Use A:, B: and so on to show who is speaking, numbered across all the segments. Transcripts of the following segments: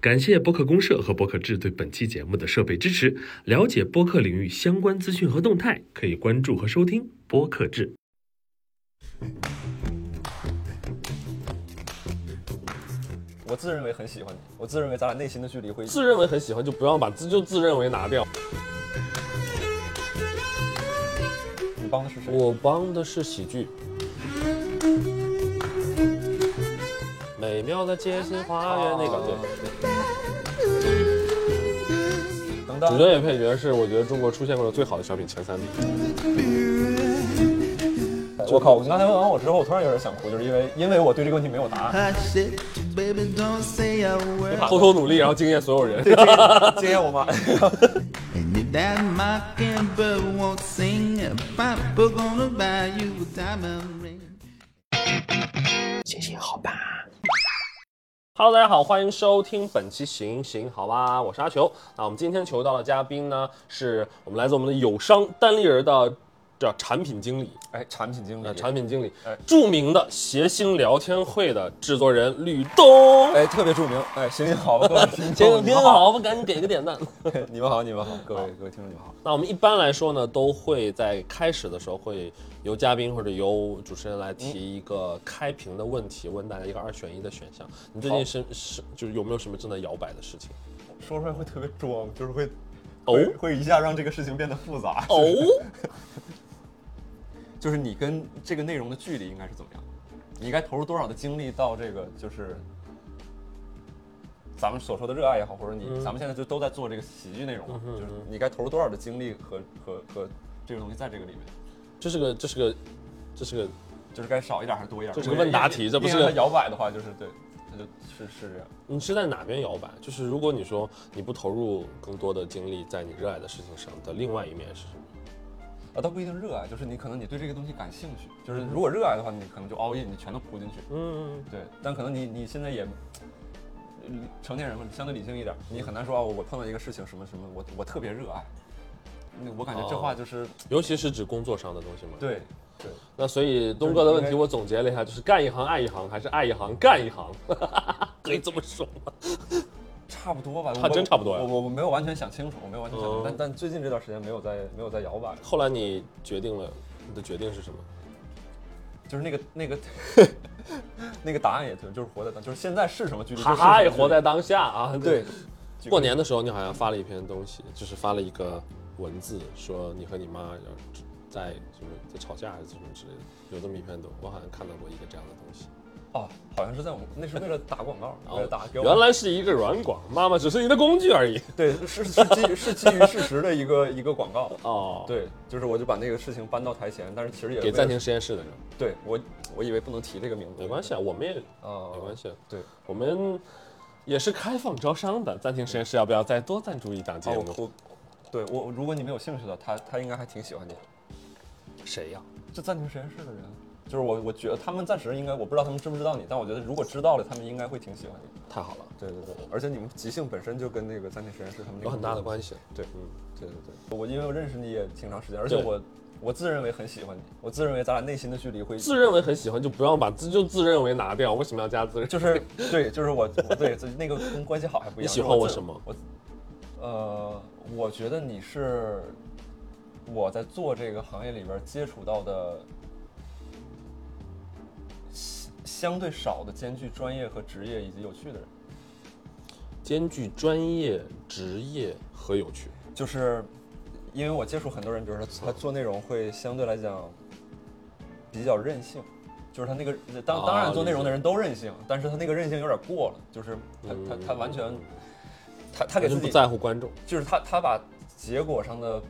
A: 感谢播客公社和播客志对本期节目的设备支持。了解播客领域相关资讯和动态，可以关注和收听播客志。
B: 我自认为很喜欢你，我自认为咱俩内心的距离会
C: 自认为很喜欢，就不要把自就自认为拿掉。
B: 你帮的是谁？
C: 我帮的是喜剧。美妙的街心花园那个对，
B: 等到
C: 主角与配角是我觉得中国出现过的最好的小品前三 名。
B: 我靠！我刚才问完我之后，我突然有点想哭，就是因为因为我对这个问题没有答案。
D: I said, baby, don't say a word.
C: 偷偷努力，然后惊艳所有人。
B: 今天 我妈，
D: And if that mocking bird won't sing, Papa gonna buy you a diamond ring.
C: Hello，大家 好，欢迎收听本期《行行好吧》，我是阿球。那我们今天求到的嘉宾呢，是我们来自我们的友商单立人的这产品经理，
B: 哎，产品经
C: 呃，
B: 理，
C: 产品经理
B: 哎，
C: 著名的谐星聊天会的制作人吕东。
B: 哎，特别著名，哎，行行好吧，各 位听
C: 行，
B: 众，
C: 行
B: 你
C: 听
B: 们好，
C: 好，我们赶紧给个点赞。
B: 你们好，你们好，各位各位听众你们好，
C: 那我们一般来说呢，都会在开始的时候会由嘉宾或者由主持人来提一个开屏的问题，问大家一个二选一的选项。你最近是是就是有没有什么正在摇摆的事情？
B: 说出来会特别装，就是会
C: 哦
B: 会会一下让这个事情变得复杂，
C: 哦，
B: 就是你跟这个内容的距离应该是怎么样？你应该投入多少的精力到这个就是咱们所说的热爱也好，或者你、咱们现在就都在做这个喜剧内容
C: 嗯
B: 嘛，就是你该投入多少的精力和和和这个东西在这个里面，
C: 这是个这是个这是个
B: 就是该少一点还是多一点？
C: 这是
B: 如
C: 个
B: 果
C: 问答题
B: 硬
C: 这不是
B: 硬让
C: 个
B: 它摇摆的话，就是对，那就是是这样。
C: 你是在哪边摇摆？就是如果你说你不投入更多的精力在你热爱的事情上的另外一面是什么？
B: 啊，倒不一定热爱，就是你可能你对这个东西感兴趣，就是如果热爱的话，你可能就 all in，你全都扑进去。
C: 嗯，
B: 对，但可能你你现在也，呃成年人嘛，相对理性一点，你很难说啊，我我碰到一个事情什么什么，我我特别热爱。那我感觉这
C: 哦
B: 话就是、
C: 尤其是指工作上的东西吗？。
B: 对对，
C: 那所以东哥的问题我总结了一下，就是干一行爱一行，还是爱一行干一行？ 可以这么说吗？
B: 差不多吧。
C: 差
B: 我
C: 真差不多呀
B: 我我我没有完全想清楚，我没有完全想清楚，
C: 嗯
B: 但但最近这段时间没有在没有在摇摆，
C: 后来你决定了，你的决定是什么？
B: 就是那个那 个那个答案也对，就是活在当，就是现在是什么距离，
C: 哈
B: 就是什么
C: 哈，也
B: 距
C: 活
B: 离
C: 在当下啊！
B: 对。
C: 过年的时候，你好像发了一篇东西，就是发了一个文字，说你和你妈要在就是在吵架还是什么之类的，有这么一篇东，我好像看到过一个这样的东西。
B: 哦，好像是在我们那是为了打广告，为了打给我们
C: 哦原来是一个软广，妈妈只是你的工具而已。
B: 对是是基是基于事实的一个一个广告。
C: 哦，，
B: 对，就是我就把那个事情搬到台前，但是其实也
C: 给
B: 为了
C: 暂停。实验室的人，
B: 对我，我以为不能提这个名字，
C: 没关系啊，我们也
B: 啊，
C: 没关。系啊，
B: 对，
C: 我们也是开放招商的。暂停实验室要不要再多赞助一档节
B: 啊，
C: 目
B: 我？我，对我，如果你们有兴趣的，他他应该还挺喜欢你。
C: 谁呀、
B: 这暂停实验室的人，就是我，我觉得他们暂时应该，我不知道他们知不知道你，但我觉得如果知道了，他们应该会挺喜欢你。
C: 太好了，
B: 对对对，而且你们即兴本身就跟那个暂停实验室他们
C: 有很大的
B: 系。
C: 关系。
B: 对
C: 嗯，
B: 对对对，我因为我认识你也挺长时间，而且
C: 对
B: 我我自认为很喜欢你，我自认为咱俩内心的距离会
C: 自认为很喜欢就不要把自就自认为拿掉，为什么要加自认？
B: 就是对，就是我我对就是那个跟关系好还不一样。
C: 你喜欢
B: 就是
C: 我
B: 自
C: 什么？
B: 我呃，我觉得你是我在做这个行业里边接触到的相相对少的兼具专业和职业以及有趣的人。
C: 兼具专业、职业和有趣。
B: 就是因为我接触很多人，比如说他做内容会相对来讲比较任性，就是他那个
C: 哦
B: 当当然做内容的人都任性，但是他那个任性有点过了，就是他他他完全他他
C: 嗯他
B: 给
C: 就
B: 自
C: 不
B: 己
C: 在乎观众，
B: 就是他他把结果上的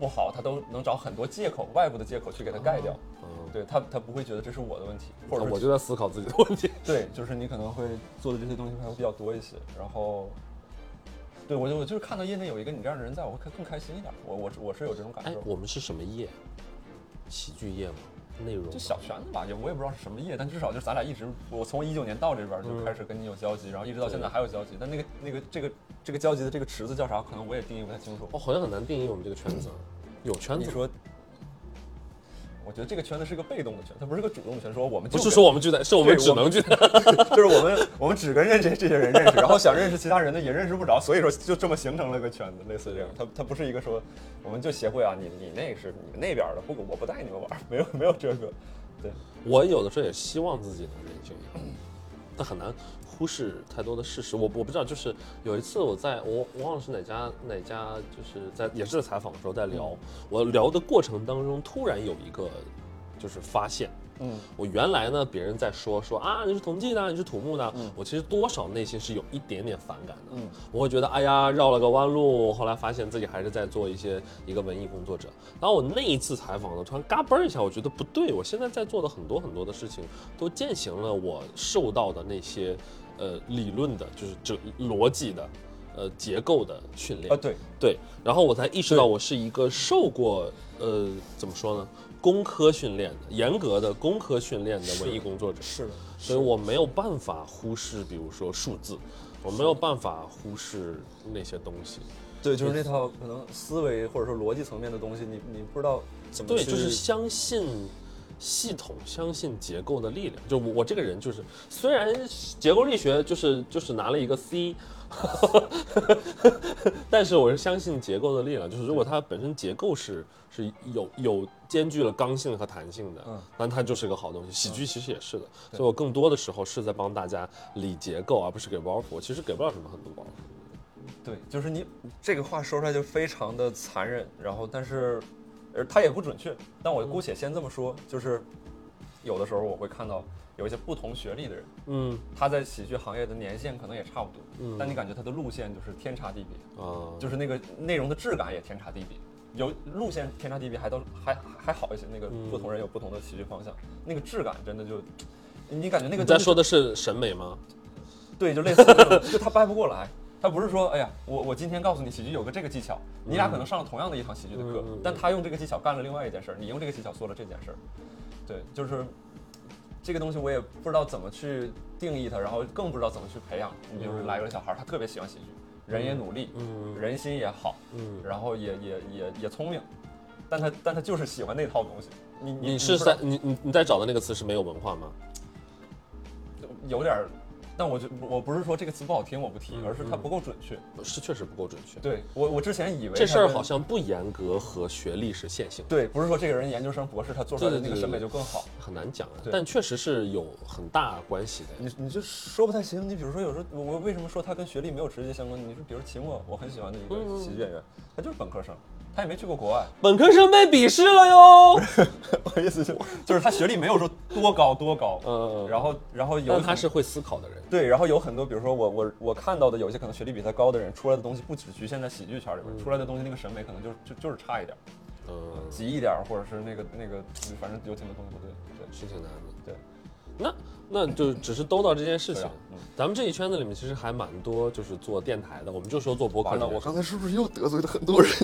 B: 不好，他都能找很多借口，外部的借口去给他盖掉。
C: 嗯，
B: 对他，他不会觉得这是我的问题，或者
C: 哦我
B: 是
C: 就在思考自己的问题。
B: 对，就是你可能会做的这些东西还会比较多一些。然后，对我就我就是看到业内有一个你这样的人在，我会更开心一点。我我我是有这种感
C: 哎
B: 受，。
C: 我们是什么业？喜剧业吗？内容吗
B: 就小圈子吧，也我也不知道是什么业，但至少就是咱俩一直，我从一九年到这边就开始跟你有交集，然后一直到现在还有交集。但那个那个这个这个交集的这个池子叫啥，可能我也定义不太清楚。
C: 哦哦，好像很难定义我们这个圈子啊。有圈
B: 你
C: 子吗？
B: 说，我我觉得这个圈子是个被动的圈，它不是个主动的圈。说我们就
C: 不是
B: 跟
C: 说我们聚在，是我们
B: 对
C: 只
B: 我们
C: 能聚在。
B: 就是我们我们只跟认识这些人认识，然后想认识其他人的也认识不着，所以说就这么形成了个圈子，类似这样。它它不是一个说我们就协会啊，你你那个是你们那边的，不我不带你们玩，没有没有这个。对，
C: 我有的时候也希望自己能任性一点，但很难忽视太多的事实。我我不知道，就是有一次我在我我忘了是哪家哪家，就是在也是在采访的时候在聊，我聊的过程当中突然有一个就是发现，
B: 嗯
C: 我原来呢别人在说说啊你是同济的，你是土木的，我其实多少内心是有一点点反感的。
B: 嗯
C: 我会觉得哎呀绕了个弯路，后来发现自己还是在做一些一个文艺工作者。然后我那一次采访呢，突然嘎嘣儿一下，我觉得不对，我现在在做的很多很多的事情都践行了我受到的那些呃理论的，就是这逻辑的。呃，结构的训练
B: 啊对，
C: 对，然后我才意识到我是一个受过呃怎么说呢，工科训练的，严格的工科训练的文艺工作者，
B: 是的，
C: 所以我没有办法忽视，比如说数字，我没有办法忽视那些东西。
B: 对，就是那套可能思维或者说逻辑层面的东西，你你不知道怎么
C: 对，
B: 去
C: 就是相信系统，相信结构的力量。就我我这个人就是，虽然结构力学就是就是拿了一个 C，但是我是相信结构的力量。就是如果它本身结构是是有有兼具了刚性和弹性的，
B: 嗯
C: 那它就是个好东西。喜剧其实也是的，所以我更多的时候是在帮大家理结构，而不是给包袱。我其实给不了什么很多包袱。
B: 对，就是你这个话说出来就非常的残忍，然后但是，呃，它也不准确。但我姑且先这么说，就是有的时候我会看到有一些不同学历的人，
C: 嗯
B: 他在喜剧行业的年限可能也差不多，
C: 嗯
B: 但你感觉他的路线就是天差地别，
C: 啊，
B: 就是那个内容的质感也天差地别。有路线天差地别还都还还好一些，那个
C: 嗯
B: 不同人有不同的喜剧方向，那个质感真的就，你感觉那个
C: 你在
B: 东西
C: 说的是审美吗？
B: 对，就类似这种，就他掰不过来。他不是说，哎呀，我我今天告诉你喜剧有个这个技巧，你俩可能上了同样的一堂喜剧的课，
C: 嗯嗯嗯
B: 但他用这个技巧干了另外一件事儿，你用这个技巧做了这件事儿。对，就是这个东西我也不知道怎么去定义它，然后更不知道怎么去培养。你就是来个小孩儿，他特别喜欢喜剧，人也努力，
C: 嗯
B: 人心也好，
C: 嗯
B: 然后也也也也聪明，但他但他就是喜欢那套东西。你你
C: 你是
B: 嗯不知道
C: 在你你你在找的那个词是没有文化吗？
B: 有点儿，但我就我不是说这个词不好听，我不提，
C: 嗯
B: 而是它
C: 嗯
B: 不够准确。
C: 是确实不够准确。
B: 对我，我之前以为
C: 这
B: 他
C: 事儿
B: 跟
C: 好像不严格和学历是线性的，
B: 对，不是说这个人研究生博士他做出来的
C: 对对
B: 那个
C: 对
B: 审美
C: 对
B: 就更好。
C: 很难讲啊，
B: 对
C: 但确实是有很大关系的。
B: 你你就说不太行。你比如说，有时候我我为什么说他跟学历没有直接相关？你说，比如秦墨，我很喜欢的一个
C: 嗯嗯
B: 喜剧演员，他就是本科生，他也没去过 国外。
C: 本科生被鄙视了哟，
B: 我的意思就就是他学历没有说多高多高，
C: 嗯嗯嗯
B: 然后然后有
C: 但
B: 很
C: 他是会思考的人。
B: 对，然后有很多，比如说我我我看到的有一些可能学历比他高的人，出来的东西不只局限在喜剧圈里边，出来的东西那个审美可能就就就是差一点儿，
C: 嗯，
B: 急一点儿，或者是那个那个，反正有挺多东西不对，
C: 是挺难的。
B: 对对。
C: 那那就只是兜到这件事情
B: 对啊嗯。
C: 咱们这一圈子里面其实还蛮多，就是做电台的，我们就说做播客
B: 完
C: 的
B: 了，
C: 人。
B: 我刚才
D: 是不是又得罪了很多人？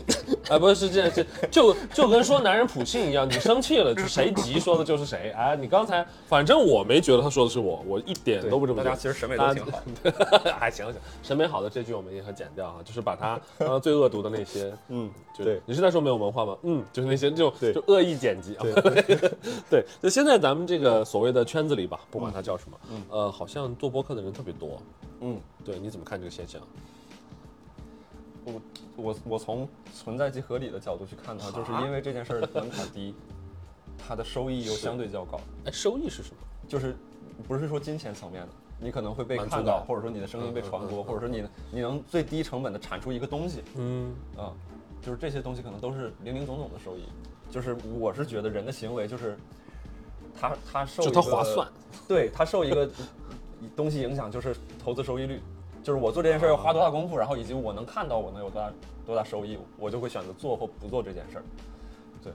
C: 哎，不是这这就就跟说男人普信一样，你生气了，就谁急说的就是谁。哎，你刚才反正我没觉得他说的是我，我一点都不这么觉得。啊
B: 大家其实审美都挺好。
C: 还行行，审美好的这句我们也和剪掉啊，就是把 它呃最恶毒的那些，嗯，就
B: 对
C: 你是在说没有文化吗？嗯，就是那些这种
B: 对
C: 就恶意剪辑啊，对 对，就现在咱们这个所谓的圈子里吧，不管它叫什么，呃，好像做播客的人特别多，
B: 嗯，
C: 对，你怎么看这个现象？
B: 我我我从存在即合理的角度去看它，就是因为这件事儿的门槛 低，它的收益又相对较高，
C: 哎，收益是什么？
B: 就是不是说金钱层面的，你可能会被
C: 满足
B: 看到，
C: 感
B: 或者说你的声音被传播，或者说你你能最低成本的产出一个东西
C: 嗯，
B: 啊、就是这些东西可能都是零零总总的收益。就是我是觉得人的行为就是他他受
C: 就
B: 一个
C: 它划算，
B: 对它受一个东西影响，就是投资收益率，就是我做这件事儿要花多大功夫，然后以及我能看到我能有多大多大收益，我就会选择做或不做这件事儿。对，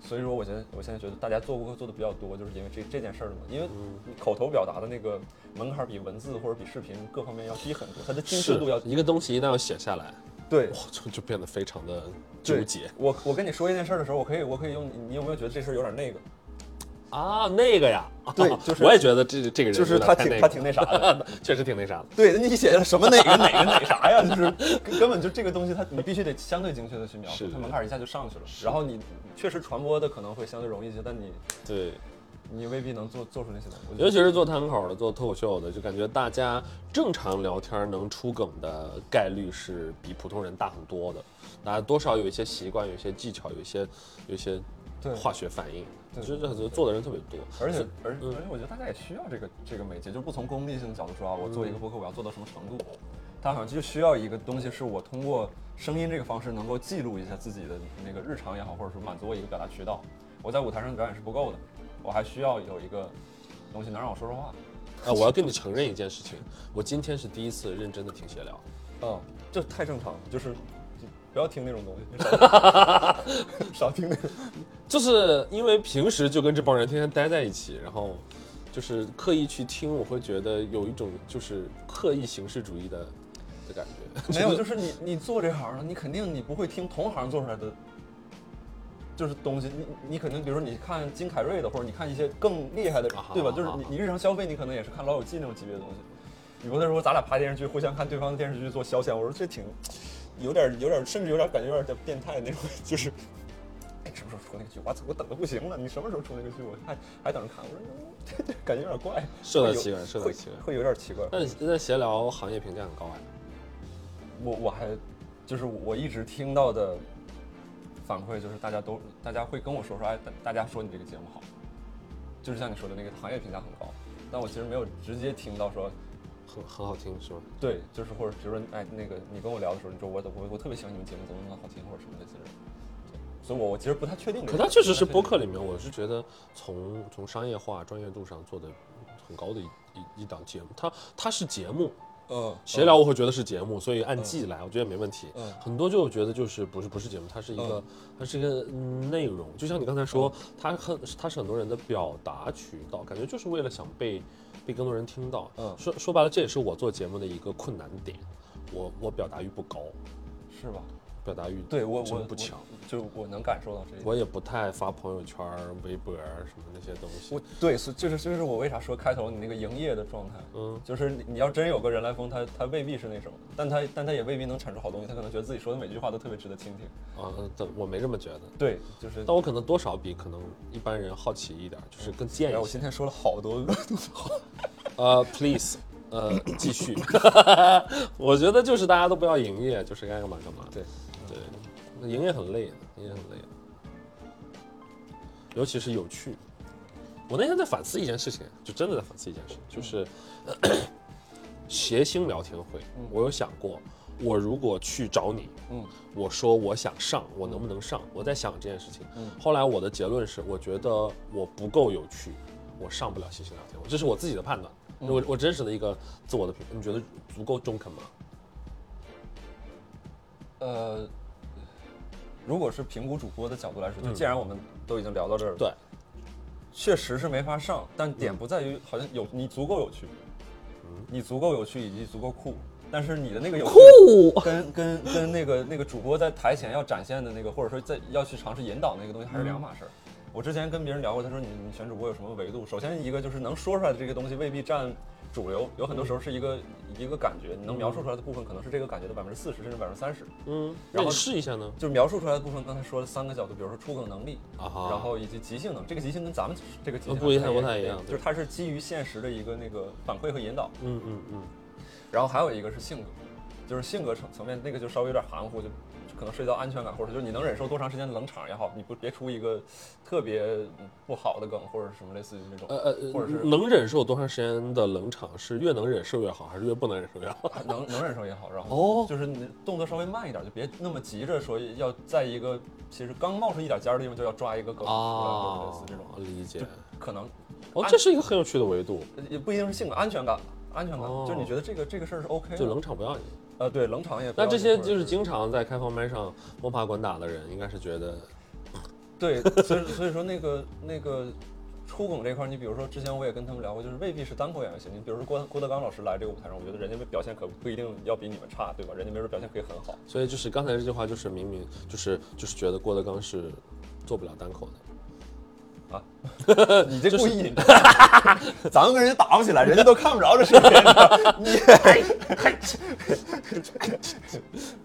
B: 所以说我觉得我现在觉得大家做顾客做的比较多，就是因为这这件事儿嘛，因为
C: 嗯
B: 你口头表达的那个门槛儿比文字或者比视频各方面要低很多，它的精致度要
C: 一个东西一旦要写下来，
B: 对
C: 哇，就就变得非常的
B: 对
C: 纠结
B: 我我跟你说一件事儿的时候，我可以我可以用你，你有没有觉得这事儿有点那个？
C: 啊，那个呀，
B: 对 就是
C: 我也觉得这这个人
B: 就是
C: 有点
B: 他
C: 太
B: 挺
C: 那
B: 他
C: 个
B: 挺那啥
C: 了， 确实挺那啥的。
B: 对，你写的什么哪个哪个哪啥呀？ 就是根根本就这个东西它，你必须得相对精确的去描
C: 是
B: 述，
C: 的
B: 它门槛一下就上去了。然后你确实传播的可能会相对容易一些，但你
C: 对，
B: 你未必能做做出那些东西。我觉
C: 尤
B: 得
C: 其是做摊口的、做脱口秀的，就感觉大家正常聊天能出梗的概率是比普通人大很多的。大家多少有一些习惯，有一些技巧，有一些有一些
B: 对
C: 化学反应，
B: 对
C: 就是很多做的人特别多。
B: 而且而而
C: 嗯
B: 且我觉得大家也需要这个这个媒介，就不从功利性的角度说啊，我
C: 嗯
B: 做一个播客我要做到什么程度，他好像就需要一个东西，是我通过声音这个方式能够记录一下自己的那个日常也好，或者说满足我一个表达渠道。我在舞台上的表演是不够的，我还需要有一个东西能让我说说话。
C: 啊，我要跟你承认一件事情，我今天是第一次认真的听闲聊。
B: 嗯，这太正常了，就是就不要听那种东西，少少听 那种。
C: 就是因为平时就跟这帮人天天待在一起，然后就是刻意去听，我会觉得有一种就是刻意形式主义的的感觉。
B: 没有，就是你你做这行的，你肯定你不会听同行做出来的，就是东西。你你肯定，比如说你看金凯瑞的，或者你看一些更厉害的人
C: 啊，
B: 对吧？
C: 啊
B: 就是你你日常消费，你可能也是看老友记那种级别的东西。你不会说咱俩拍电视剧，互相看对方的电视剧做消遣，我说这挺有点有点，甚至有点感觉有点变态那种，就是。哎，什么时候出那个剧？我操，我等的不行了！你什么时候出那个剧？我还还等着看。我说， 嗯这这感觉有点怪，
C: 是的
B: 会有
C: 奇怪是的
B: 会
C: 奇怪
B: 会有点奇怪。
C: 但但闲聊行业评价很高哎。
B: 我我还就是我一直听到的反馈就是大家都大家会跟我说说，哎，大大家说你这个节目好，就是像你说的那个行业评价很高，但我其实没有直接听到说。
C: 很很好听是吗？
B: 对，就是或者比如说，哎，那个你跟我聊的时候，你说我我我特别喜欢你们节目，怎么怎么好听，或者什么的，其实，对所以我我其实不太确定这
C: 可
B: 个。
C: 它确实是
B: 不太确定
C: 播客里面，我是觉得从从商业化、专业度上做的很高的一一一档节目。它它是节目，
B: 嗯
C: 闲聊我会觉得是节目，所以按季来，我觉得也没问题。
B: 嗯
C: 很多就觉得就是不是不是节目，它是一个、它是一个嗯内容，就像你刚才说，
B: 嗯
C: 它很它是很多人的表达渠道，感觉就是为了想被被更多人听到。
B: 嗯
C: 说说白了，这也是我做节目的一个困难点，我我表达欲不高，
B: 是吧？
C: 表达欲
B: 对我
C: 真
B: 我
C: 的不强。，
B: 我就是我能感受到这一点。
C: 我也不太发朋友圈、微博什么那些东西
B: 我。对，所以就是就是我为啥说开头你那个营业的状态，
C: 嗯
B: 就是你你要真有个人来疯，他他未必是那什么，但他但他也未必能产出好东西，他可能觉得自己说的每句话都特别值得倾听。
C: 啊，呃但我没这么觉得。
B: 对，就是。
C: 但我可能多少比可能一般人好奇一点，就是更见
B: 哎，
C: 一
B: 我
C: 些
B: 今。天说了好多 恶毒的话，
C: 呃，please，呃，继续。 我觉得就是大家都不要营业，就是该干嘛干嘛。
B: 对
C: 对，那营业很累的，营业很累的，尤其是有趣。我那天在反思一件事情，就真的在反思一件事，就是、 谐星聊天会，我有想过，我如果去找你，
B: 嗯，
C: 我说我想上，我能不能上？我在想这件事情。
B: 嗯
C: 后来我的结论是，我觉得我不够有趣，我上不了谐星聊天会，这是我自己的判断，我我真实的一个自我的评。你觉得足够中肯吗？
B: 呃，如果是评估主播的角度来说，就既然我们都已经聊到这儿了，
C: 对，
B: 确实是没法上，但点不在于好像有你足够有趣，你足够有趣以及足够酷，但是你的那个有酷跟跟跟那个那个主播在台前要展现的那个，或者说在要去尝试引导那个东西还是两码事儿。我之前跟别人聊过，他说你你选主播有什么维度？首先一个就是能说出来的这个东西未必占主流，有很多时候是一个、一个感觉，你能描述出来的部分可能是这个感觉的百分之四十甚至百分之三十。
C: 嗯，
B: 然
C: 那
B: 后
C: 你试一下呢？
B: 就是描述出来的部分，刚才说的三个角度，比如说出梗能力
C: 啊哈
B: 然后以及即兴能，这个即兴跟咱们这个即兴
C: 不一
B: 还
C: 样不太一样
B: 就是它是基于现实的一个那个反馈和引导，
C: 嗯嗯嗯，
B: 然后还有一个是性格，就是性格层层面那个就稍微有点含糊，就就可能涉及到安全感，或者就是你能忍受多长时间的冷场也好，你不别出一个特别不好的梗或者什么类似于这种，
C: 呃呃，
B: 或者是
C: 能忍受多长时间的冷场是越能忍受越好，还是越不能忍受越好？
B: 能能忍受也好，然
C: 哦
B: 后就是你动作稍微慢一点，就别那么急着说要在一个其实刚冒出一点尖儿的地方就要抓一个梗出来，或者类
C: 啊
B: 似这种，
C: 理解。
B: 可能
C: 哦，
B: 按
C: 这是一个很有趣的维度，
B: 也不一定是性格，安全感，安全感，
C: 哦
B: 就是你觉得这个这个事儿是 OK 的，
C: 就冷场不要你。
B: 呃对冷场也不
C: 那
B: 要
C: 这
B: 紧。
C: 些就
B: 或
C: 是
B: 者
C: 经常在开放麦上摸爬滚打的人，应该是觉得
B: 对，所以所以说那个那个出梗这块儿，你比如说之前我也跟他们聊过，就是未必是单口演员型。你比如说郭郭德纲老师来这个舞台上，我觉得人家表现可不一定要比你们差，对吧？人家没准表现可以很好。
C: 所以就是刚才这句话，就是明明就是就是觉得郭德纲是做不了单口的，
B: 啊，
C: 呃
B: 你这故 意， 咱们跟人家打不起来，人家都看不着这视频，你，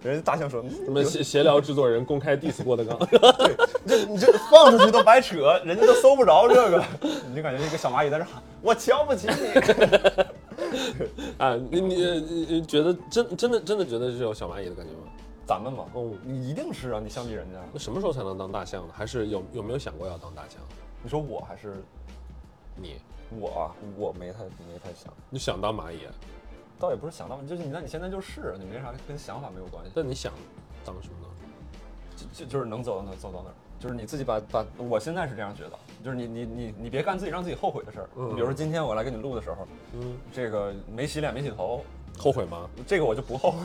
B: 人家大象说，嗯
C: 咱们闲闲聊制作人公开 diss 郭德纲，
B: 这你这放出去都白扯，人家都搜不着这个，你就感觉一个小蚂蚁在这喊，我瞧不起你，
C: 啊，你你你你觉得真真的真的觉得是有小蚂蚁的感觉吗？
B: 咱们嘛，
C: 哦
B: 你一定是啊，你相比人家，
C: 那什么时候才能当大象呢？还是有有没有想过要当大象？
B: 你说我还是
C: 你
B: 我啊，我没太没太想，
C: 你想当蚂蚁，啊
B: 倒也不是想那么，就是你那你现在就是，啊你没啥跟想法没有关系。
C: 但你想当什么呢？
B: 就就是能走到哪儿走到哪儿，就是你自己把把，我现在是这样觉得，就是你你你你别干自己让自己后悔的事儿。
C: 嗯
B: 你比如说今天我来跟你录的时候，
C: 嗯，
B: 这个没洗脸没洗头，
C: 后悔吗？
B: 这个我就不后悔，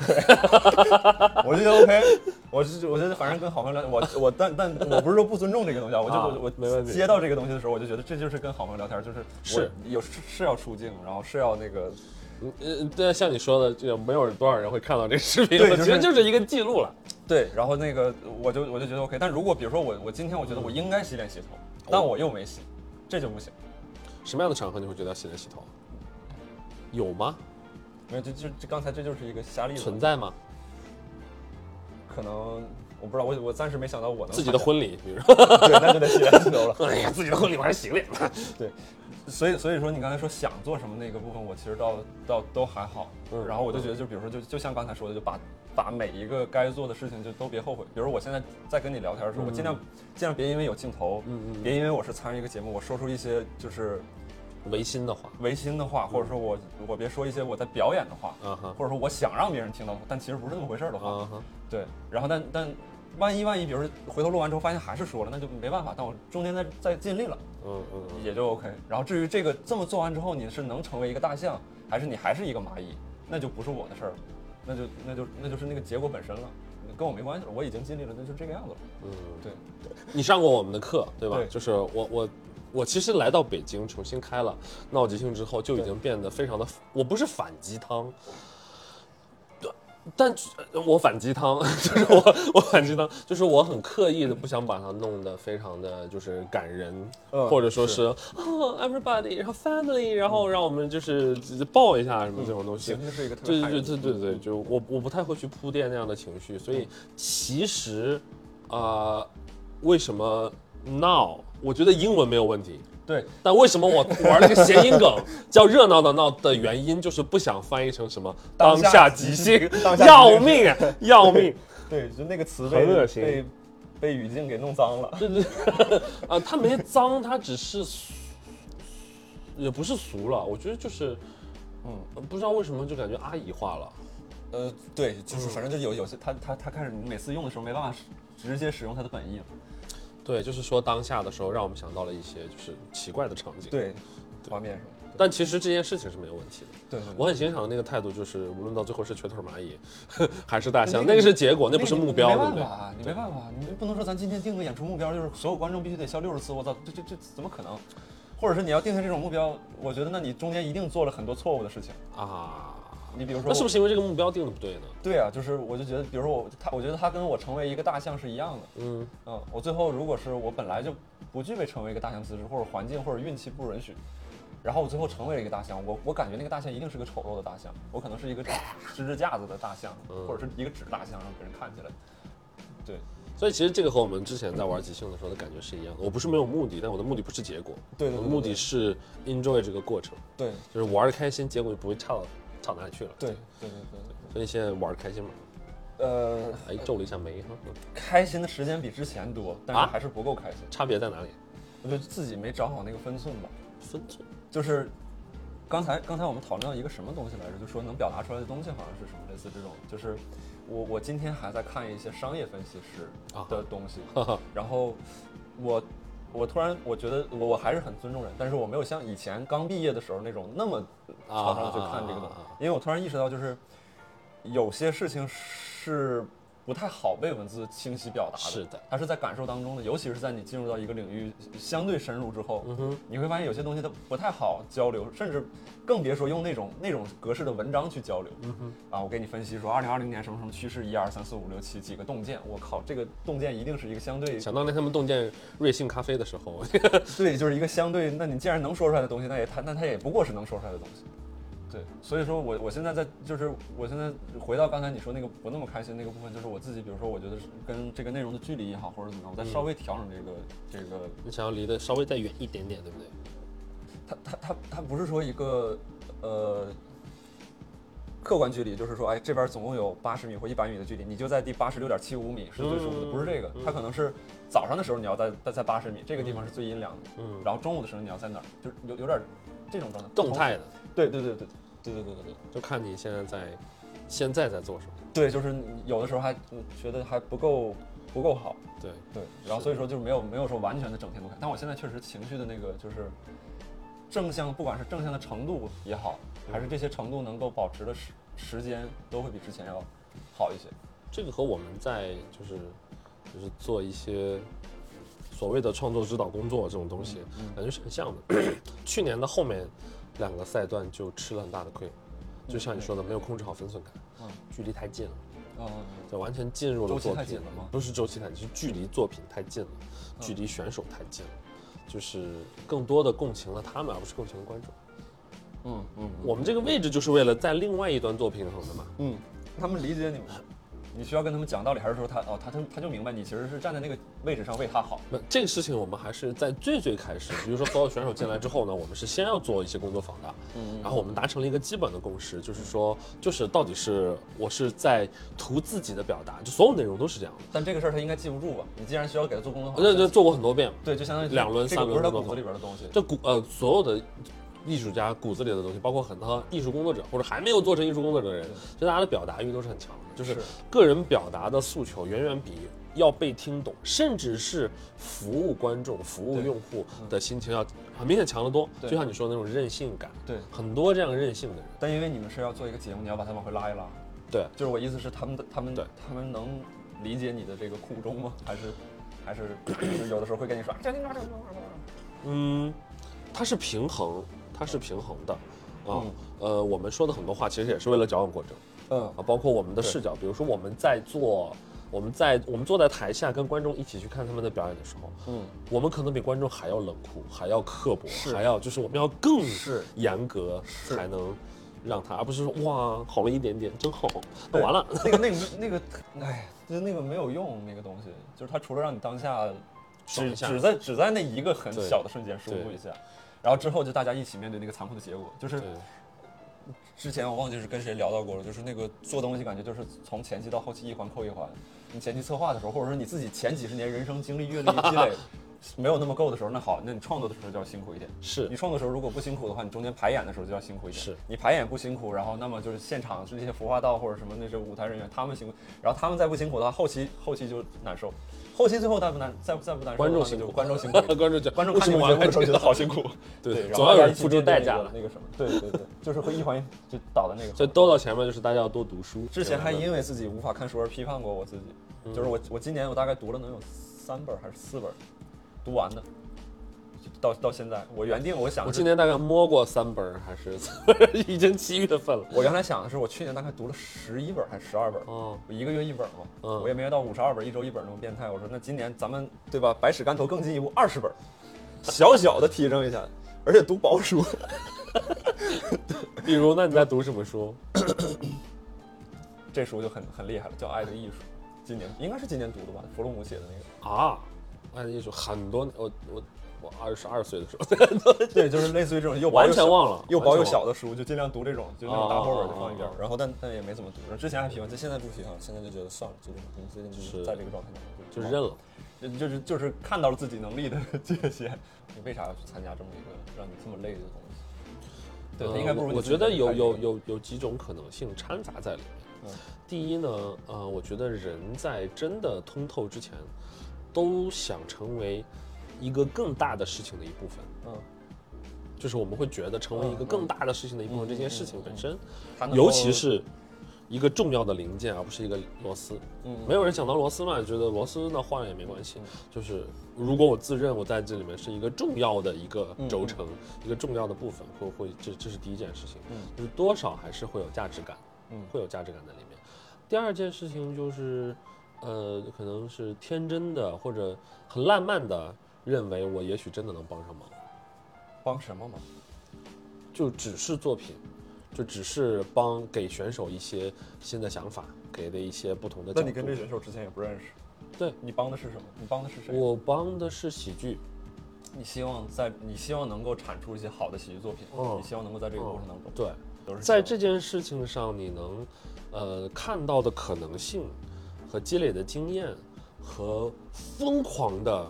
B: 我就觉得 OK，我就我觉得反正跟好朋友聊，我我但但我不是说不尊重这个东西啊，我就
C: 啊
B: 我
C: 没
B: 我
C: 问题
B: 接到这个东西的时候，我就觉得这就是跟好朋友聊天，就是我
C: 是
B: 有是是要出镜，然后是要那个
C: 嗯呃，但像你说的，这个没有多少人会看到这个视频，
B: 对
C: 我
B: 就
C: 觉
B: 是
C: 得就是一个记录了。
B: 对，然后那个我就我就觉得 OK，但如果比如说我我今天我觉得我应该洗脸洗头，但
C: 哦
B: 我又没洗，这就不行。
C: 什么样的场合你会觉得要洗脸洗头？有吗？
B: 没有，就就这刚才这就是一个瞎例子，
C: 存在吗？
B: 可能我不知道，我我暂时没想到我能
C: 自己的
B: 参
C: 婚礼，比如说，
B: 加 对，那就得洗脸洗头了。
C: 哎呀，自己的婚礼我还洗脸呢。
B: 对，所以所以说你刚才说想做什么那个部分，我其实倒倒都还好。
C: 嗯
B: 然后我就觉得，就比如说就就像刚才说的，就把把每一个该做的事情就都别后悔。比如我现在在跟你聊天的时候，我尽量尽量别因为有镜头，
C: 嗯嗯嗯
B: 别因为我是参与一个节目，我说出一些就是
C: 违心的话，
B: 违心的话，或者说我
C: 嗯
B: 我别说一些我在表演的话，
C: 啊哈，
B: 或者说我想让别人听到的话，但其实不是那么回事儿的话，
C: 啊哈，
B: 对，然后但但万一万一，比如说回头录完之后发现还是说了，那就没办法。但我中间再再尽力了，
C: 嗯嗯嗯，
B: 也就 OK。然后至于这个这么做完之后，你是能成为一个大象，还是你还是一个蚂蚁，那就不是我的事儿了，那就那就那就是那个结果本身了，跟我没关系了。我已经尽力了，那就这个样子了。嗯，对，
C: 你上过我们的课，对吧？
B: 对
C: 就是我我我其实来到北京重新开了闹即兴之后，就已经变得非常的，我不是反鸡汤。但呃我反鸡汤， 就是我我反鸡汤，就是我很刻意的不想把它弄得非常的就是感人，
B: 嗯
C: 或者说是啊、哦 everybody，然后 family，然后让我们就是抱一下什么这种东西，
B: 情嗯绪是一个特别
C: 对
B: 害
C: 对
B: 人
C: 对对对，就我我不太会去铺垫那样的情绪，所以其实，啊，为什么 now？我觉得英文没有问题，
B: 对
C: 但为什么我玩了个谐音梗叫热闹的闹的原因，就是不想翻译成什么当
B: 当下
C: 下即兴，
B: 当下即兴
C: 要命啊要命！
B: 对，就那个词
C: 很恶
B: 被
C: 心
B: 被被语境给弄脏了。
C: 对对，啊，它没脏，它只是俗也不是俗了，我觉得就是，嗯，不知道为什么就感觉阿姨化了。
B: 呃，对，就是反正就有有些他他他开始每次用的时候没办法直接使用它的本意了。
C: 对，就是说当下的时候，让我们想到了一些就是奇怪的场景。
B: 对，画面上。
C: 但其实这件事情是没有问题的。
B: 对对对
C: 我很欣赏那个态度，就是无论到最后是瘸腿蚂蚁还是大象，那个是结果，那不是目标，
B: 没
C: 对不
B: 办
C: 对
B: 法？啊，你没办法，你不能说咱今天定个演出目标，就是所有观众必须得笑六十次，我操，这这这怎么可能？或者是你要定下这种目标，我觉得那你中间一定做了很多错误的事情。
C: 啊，
B: 你比如说，
C: 那是不是因为这个目标定的不对呢？
B: 对啊，就是我就觉得，比如说我他，我觉得他跟我成为一个大象是一样的。
C: 嗯，
B: 嗯，我最后如果是我本来就不具备成为一个大象资质，或者环境或者运气不允许，然后我最后成为了一个大象，我我感觉那个大象一定是个丑陋的大象，我可能是一个支着架子的大象，
C: 嗯
B: 或者是一个纸大象，让别人看起来。对，
C: 所以其实这个和我们之前在玩即兴的时候的感觉是一样的。我不是没有目的，但我的目的不是结果，
B: 对对对对
C: 我的目的是 enjoy 这个过程，
B: 对，
C: 就是玩的开心，结果就不会差到差到哪里去了。
B: 对，对，对，对，
C: 所以现在玩的开心吗？
B: 对。呃，
C: 哎，皱了一下眉哈，嗯
B: 开心的时间比之前多，但是
C: 啊
B: 还是不够开心。
C: 差别在哪里？
B: 我觉得自己没找好那个分寸吧。
C: 分寸。
B: 就是刚才刚才我们讨论到一个什么东西来着？就说能表达出来的东西好像是什么，类似这种。就是我我今天还在看一些商业分析师的东西，然后我我突然我觉得我我还是很尊重人，但是我没有像以前刚毕业的时候那种那么
C: 啊
B: 朝上去看这个东西
C: 啊啊啊啊啊，
B: 因为我突然意识到就是有些事情是不太好被文字清晰表达的。
C: 是的，
B: 它是在感受当中的，尤其是在你进入到一个领域相对深入之后，
C: 嗯
B: 你会发现有些东西它不太好交流，甚至更别说用那种那种格式的文章去交流。
C: 嗯
B: 啊，我给你分析说，二零二零年什么什么趋势，一二三四五六七几个洞见，我靠，这个洞见一定是一个相对
C: 想当年他们洞见瑞幸咖啡的时候，
B: 对，就是一个相对，那你既然能说出来的东西，那也它那它也不过是能说出来的东西。对，所以说我我现在在就是我现在回到刚才你说那个不那么开心那个部分，就是我自己，比如说我觉得是跟这个内容的距离也好，或者怎么样，我再稍微调整这个、这个，
C: 你想要离得稍微再远一点点，对不对？
B: 它它它它不是说一个呃客观距离，就是说哎这边总共有八十米或一百米的距离，你就在第八十六点七五米是最舒服的，不是这个，它可能是早上的时候你要在在在八十米，这个地方是最阴凉的，
C: 嗯
B: 然后中午的时候你要在哪儿，就是有有点这种状态，
C: 动态的，
B: 对对对对对对对对对
C: 就看你现在在现在在做什么。
B: 对，就是你有的时候还嗯觉得还不够不够好，
C: 对，
B: 对，然后所以说就是没有没有说完全的整天都看，但我现在确实情绪的那个就是正向，不管是正向的程度也好，还是这些程度能够保持的时时间，都会比之前要好一些。
C: 这个和我们在就是就是做一些所谓的创作指导工作这种东西，感觉是很像的。 去年的后面两个赛段就吃了很大的亏，就像你说的，没有控制好分寸感，
B: 嗯
C: 距离太近了。
B: 嗯，
C: 就完全进入了
B: 周期
C: 作
B: 太
C: 品
B: 紧了吗嗯
C: 不是周期太紧，是距离作品太近了，距离选手太近了，就是更多的共情了他们，而不是共情了观众。
B: 嗯嗯
C: 我们这个位置就是为了在另外一端做平衡的嘛。
B: 嗯，他们理解你吗？你需要跟他们讲道理，还是说他哦，他他他就明白你其实是站在那个位置上为他好？
C: 那这个事情我们还是在最最开始，比如说所有选手进来之后呢，我们是先要做一些工作坊的，
B: 嗯
C: 然后我们达成了一个基本的共识，就是说，就是到底是我是在图自己的表达，就所有内容都是这样的。
B: 但这个事儿他应该记不住吧？你既然需要给他做工作坊，
C: 那就做过很多遍了，
B: 对，就相当于
C: 两轮
B: 这个
C: 三
B: 不是
C: 轮
B: 他
C: 工作
B: 骨子
C: 坊
B: 里边的东西。
C: 这骨呃所有的艺术家骨子里的东西，包括很多艺术工作者或者还没有做成艺术工作者的人，其实大家的表达欲都是很强的，就是
B: 是
C: 个人表达的诉求远远比。要被听懂，甚至是服务观众、服务
B: 对嗯
C: 用户的心情要很明显强得多。就
B: 对
C: 像你说的那种任性感，
B: 对
C: 很多这样任性的人，
B: 但因为你们是要做一个节目，你要把他往回拉一拉。
C: 对，
B: 就是我意思是，他们的他们
C: 对
B: 他们能理解你的这个苦衷吗？还是还是就是有的时候会跟你说，啊这个
C: 嗯，它是平衡，它是平衡的，啊、
B: 嗯
C: 呃，我们说的很多话其实也是为了矫枉过正，
B: 嗯
C: 啊，包括我们的视角，比如说我们在做，我们在我们坐在台下跟观众一起去看他们的表演的时候，
B: 嗯，
C: 我们可能比观众还要冷酷，还要刻薄，还要就是我们要更
B: 是
C: 严格才能让他，而不是说哇好了一点点，真好，那完了，
B: 那个那个那个，哎，就是那个没有用，那个东西，就是它除了让你当下
C: 爽
B: 只
C: 一下
B: 只在只在那一个很
C: 对
B: 小的瞬间舒服一下，然后之后就大家一起面对那个残酷的结果，就是
C: 对
B: 之前我忘记是跟谁聊到过了，就是那个做东西感觉就是从前期到后期一环扣一环。你前期策划的时候，或者说你自己前几十年人生经历阅历积 累没有那么够的时候，那好，那你创作的时候就要辛苦一点。
C: 是
B: 你创作的时候如果不辛苦的话，你中间排演的时候就要辛苦一点。
C: 是
B: 你排演不辛苦，然后那么就是现场是那些服化道或者什么那些舞台人员他们辛苦，然后他们再不辛苦的话，后期后期就难受。后期最后再不难再再不难受的话，
C: 观众
B: 那
C: 辛
B: 就
C: 苦，
B: 观众辛苦一 点，
C: 观众觉得
B: 观众
C: 为
B: 看
C: 什
B: 你
C: 么
B: 们
C: 我
B: 节目
C: 要
B: 的时候觉得好辛
C: 苦，
B: 苦。
C: 对，
B: 然
C: 总
B: 后大
C: 要有
B: 家
C: 人
B: 一起
C: 付出
B: 面对
C: 代
B: 那
C: 价
B: 个
C: 了。
B: 那个什么，对对对，就是会一环就倒的那个
C: 所
B: 环。
C: 以兜到前面就是大家要多读书。
B: 之前还
C: 这样的
B: 因为自己无法看书而批判过我自己，就是我我今年我大概读了能有三本还是四本，读完的，到到现在我原定我想
C: 我
B: 的
C: 今
B: 是，
C: 年大概摸过三本儿还是 四本儿，已经七月份了。
B: 我原来想的是我去年大概读了十一本还是十二本，
C: 哦，
B: 我一个月一本嘛，
C: 嗯
B: 我也没到五十二本，一周一本那么变态。我说那今年咱们对吧，百尺竿头更进一步，二十本，小小的提升一下，而且读薄书。
C: 比如，那你在读什么书？
B: 这书就很很厉害了，叫《爱的艺术》，今年应该是今年读的吧，弗洛姆写的那个。
C: 啊，爱的艺术很多，我我我二十二岁的时 候，
B: 对，就是类似于这种又薄
C: 完
B: 又
C: 全
B: 小
C: 忘了哦
B: 又薄又
C: 完全忘
B: 小的书，就尽量读这种，就那种大厚本就放一边儿。然后但但也没怎么读，然后之前还批判，但现在不批判，现在就觉得算了，就这种，最近就是
C: 是
B: 在这个状态当
C: 就
B: 中，
C: 认了。
B: 认，就是就是看到了自己能力的 界限。你为啥要去参加这么一个让你这么累的东西？对，他应该不如你
C: 呃我我
B: 自
C: 觉
B: 己
C: 得
B: 去
C: 有
B: 看
C: 有
B: 这个
C: 有有几种可能性掺杂在里面。
B: 嗯
C: 第一呢，呃，我觉得人在真的通透之前，都想成为一个更大的事情的一部分。
B: 嗯，
C: 就是我们会觉得成为一个更大的事情的一部分，这件事情本身
B: 嗯它，能够
C: 尤其是一个重要的零件，而不是一个螺丝。嗯，没有人想到螺丝嘛，觉得螺丝那换了也没关系。
B: 嗯
C: 就是如果我自认我在这里面是一个重要的一个
B: 嗯
C: 轴承，一个重要的部分，会会这这是第一件事情，
B: 嗯
C: 就是多少还是会有价值感，会有价值感在里面。第二件事情就是，呃，可能是天真的或者很烂漫的认为我也许真的能帮上忙。
B: 帮什么忙？
C: 就只是作品，就只是帮给选手一些新的想法，给的一些不同的角
B: 那
C: 度。
B: 你跟这选手之前也不认识，
C: 对
B: 你帮的是什么？你帮的是谁？
C: 我帮的是喜剧，
B: 你希望在你希望能够产出一些好的喜剧作品，
C: 嗯
B: 你希望能够在这个过程当中，
C: 哦对，
B: 都是
C: 在
B: 希
C: 这件事情上，你能呃看到的可能性和积累的经验和疯狂的。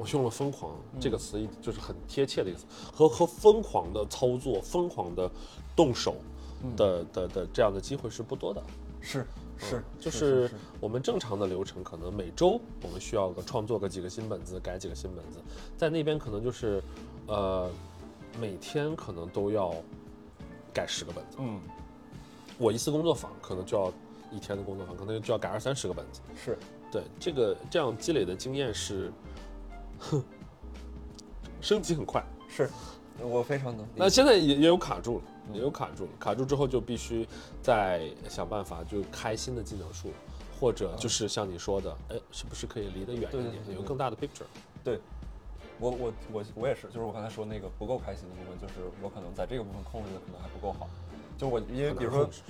C: 我用了“疯狂”这个词，就是很贴切的一个词，和和疯狂的操作、疯狂的动手
B: 嗯
C: 的、的的这样的机会是不多的。
B: 望是是
C: 哦就是是我们正常的流程，可能每周我们需要个创作个几个新本子，改几个新本子，在那边可能就是，呃，每天可能都要改十个本子。
B: 嗯
C: 我一次工作坊可能就要一天的工作坊，可能就要改二三十个本子。
B: 是
C: 对，这个这样积累的经验是，哼，升级很快。
B: 是，我非常能理解。
C: 那现在也也有卡住了，
B: 嗯
C: 也有卡住了，卡住之后就必须再想办法，就开新的技能树，或者就是像你说的，哎，是不是可以离得远
B: 嗯对
C: 一
B: 对
C: 点，
B: 对
C: 有
B: 对
C: 更大的 picture？
B: 对，我我我我也是，就是我刚才说那个不够开心的部分，就是我可能在这个部分控制的可能还不够好。就我因为比如
C: 很难
B: 说
C: 控制，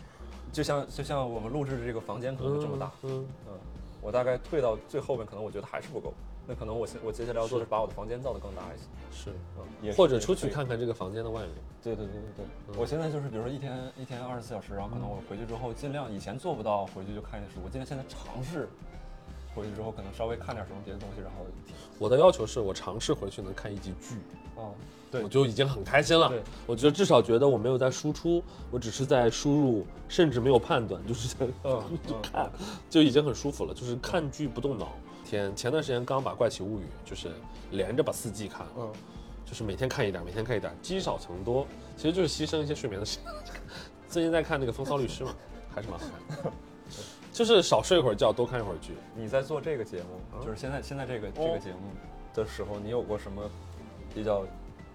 B: 就像就像我们录制这个房间可能就这么大，
C: 嗯，
B: 嗯，我大概退到最后面，可能我觉得还是不够。那可能我现我接下来要做的是把我的房间造得更大一些，
C: 是，
B: 嗯，也是
C: 或者出
B: 也是
C: 去。
B: 可以
C: 看看这个房间的外面。
B: 对对对对对，我现在就是比如说一天一天二十四小时，然后可能我回去之后尽量以前做不到，回去就看点书。我尽量现在尝试，回去之后可能稍微看点什么别的东西，然后
C: 我的要求是我尝试回去能看一集剧，
B: 哦，对
C: 我就已经很开心了
B: 对。
C: 我觉得至少觉得我没有在输出，我只是在输入，甚至没有判断，就是在
B: 嗯
C: 就看，就已经很舒服了。就是看剧不动脑。天，前段时间刚把《怪奇物语》就是连着把四季看了，
B: 嗯
C: 就是每天看一点，每天看一点，积少成多，其实就是牺牲一些睡眠的时间。 最近在看那个《风骚律师》嘛，还是蛮好看的。 就是少睡一会儿觉，多看一会儿剧。
B: 你在做这个节目，就是现在现在这个这个节目的时候，你有过什么比较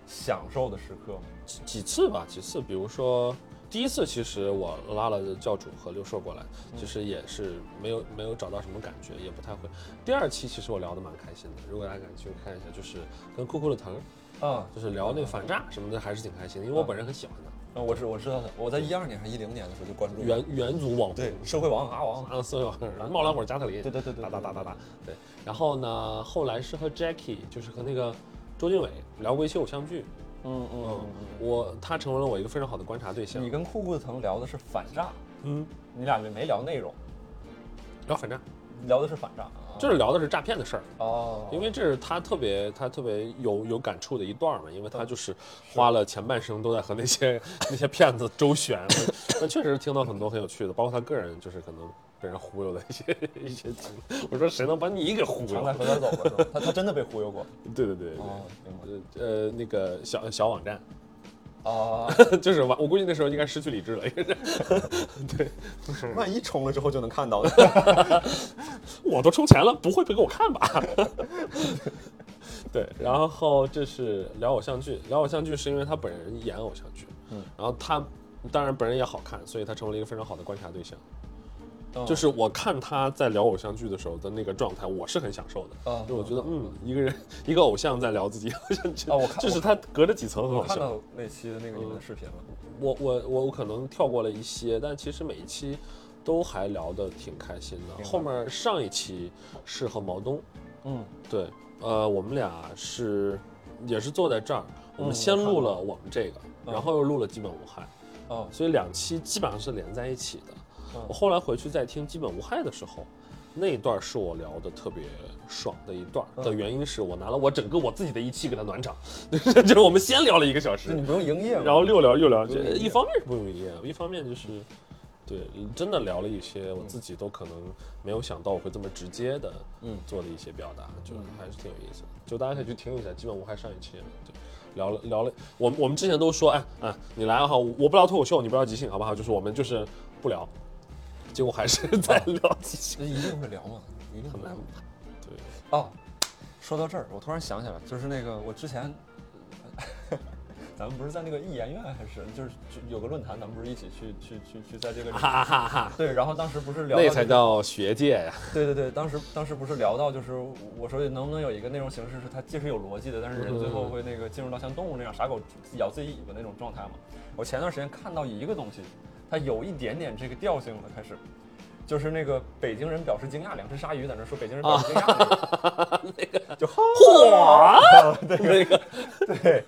B: 享受的时刻吗？
C: 几几次吧，几次，比如说第一次，其实我拉了教主和六兽过来，其实也是没有没有找到什么感觉，也不太会。第二期其实我聊得蛮开心的，如果大家感兴趣看一下，就是跟酷酷的藤，
B: 啊，
C: 就是聊那个反诈什么的，还是挺开心的，
B: 嗯
C: 因为我本人很喜欢他，
B: 那啊我知我知道的，我在一二年还是一零年的时候就关注了
C: 元元祖网
B: 嗯
C: 红。
B: 对社会王阿王，
C: 啊，所有冒蓝火加特林，
B: 对对对对
C: 打打打打打，对。然后呢，后来是和 Jackie，就是和那个周俊伟聊过一些偶像剧，
B: 嗯
C: 嗯，我他成为了我一个非常好的观察对象
B: 你。跟酷酷腾聊的是反诈，
C: 嗯，
B: 你俩没没聊内容，
C: 聊反诈，
B: 聊的是反诈，
C: 就是聊的是诈骗的事儿，
B: 哦，
C: 因为这是他特别他特别有有感触的一段儿嘛，因为他嗯就是花了前半生都在和那些 那些骗子周旋，我那确实听到很多很有趣的，包括他个人就是可能被人忽悠的一些 一些经历。我说谁能把你给忽悠
B: 常在
C: 了？
B: 河边走过是 吧？他他真的被忽悠过，
C: 对对对对对。
B: 哦，明白
C: 呃呃，那个小小网站，
B: 啊，
C: 就是完，我估计那时候应该失去理智了。应该是 对，
B: 万一充了之后就能看到的，
C: 我都充钱了，不会不给我看吧？ 对，然后这是聊偶像剧，聊偶像剧是因为他本人演偶像剧，嗯，然后他当然本人也好看，所以他成为了一个非常好的观察对象。
B: 哦
C: 就是我看他在聊偶像剧的时候的那个状态，我是很享受的。
B: 哦
C: 就我觉得，嗯，一个人一个偶像在聊自己 偶像剧，
B: 哦我看
C: 就是他隔着几层很好
B: 我看
C: 笑。
B: 到那期的那个你们的视频了，
C: 我我我我可能跳过了一些，但其实每一期都还聊得挺开心的。
B: 白
C: 后面上一期是和毛东，
B: 嗯，
C: 对，呃，我们俩是也是坐在这儿，我们
B: 嗯
C: 先
B: 我看嗯
C: 录
B: 到
C: 了我们这个，然后又录了《基本无害》，
B: 哦，
C: 所以两期基本上是连在一起的。
B: 嗯
C: 我后来回去再听《基本无害》的时候，那一段是我聊的特别爽的一段，
B: 嗯
C: 的原因是我拿了我整个我自己的一期给他暖场， 就是我们先聊了一个小时，
B: 那你不用营业吗？
C: 然后六聊六聊，
B: 有
C: 这
B: 点
C: 呃一方面是不容易，一方面就是，对，真的聊了一些我自己都可能没有想到我会这么直接的，嗯，做的一些表达，就还是挺有意思的。就大家可以去听一下，基本无害上一期对。聊了聊了，我们我哎们之前都说，哎啊，你来哈，我不聊脱口秀，你不要即兴，好不好？就是我们就是不聊，结果还是在聊即 兴，
B: 这一定会聊嘛，一定会
C: 很
B: 聊
C: 难。。对，
B: 哦，说到这儿，我突然想起来，就是那个我之前， 咱们不是在那个艺研院还是就是就有个论坛，咱们不是一起去去去去在这个里面。
C: 哈哈哈，
B: 对，然后当时不是聊到
C: 啊那
B: 这
C: 才
B: 个
C: 叫学界呀。
B: 对对对，当时当时不是聊到，就是我说能不能有一个内容形式是它既是有逻辑的，但是人最后会那个进入到像动物那样傻狗咬自己尾巴那种状态嘛？我前段时间看到一个东西，它有一点点这个调性了，开始。就是那个北京人表示惊讶，两只鲨鱼在那说北京人表示惊讶那个，啊那个 就嚯， 那个对，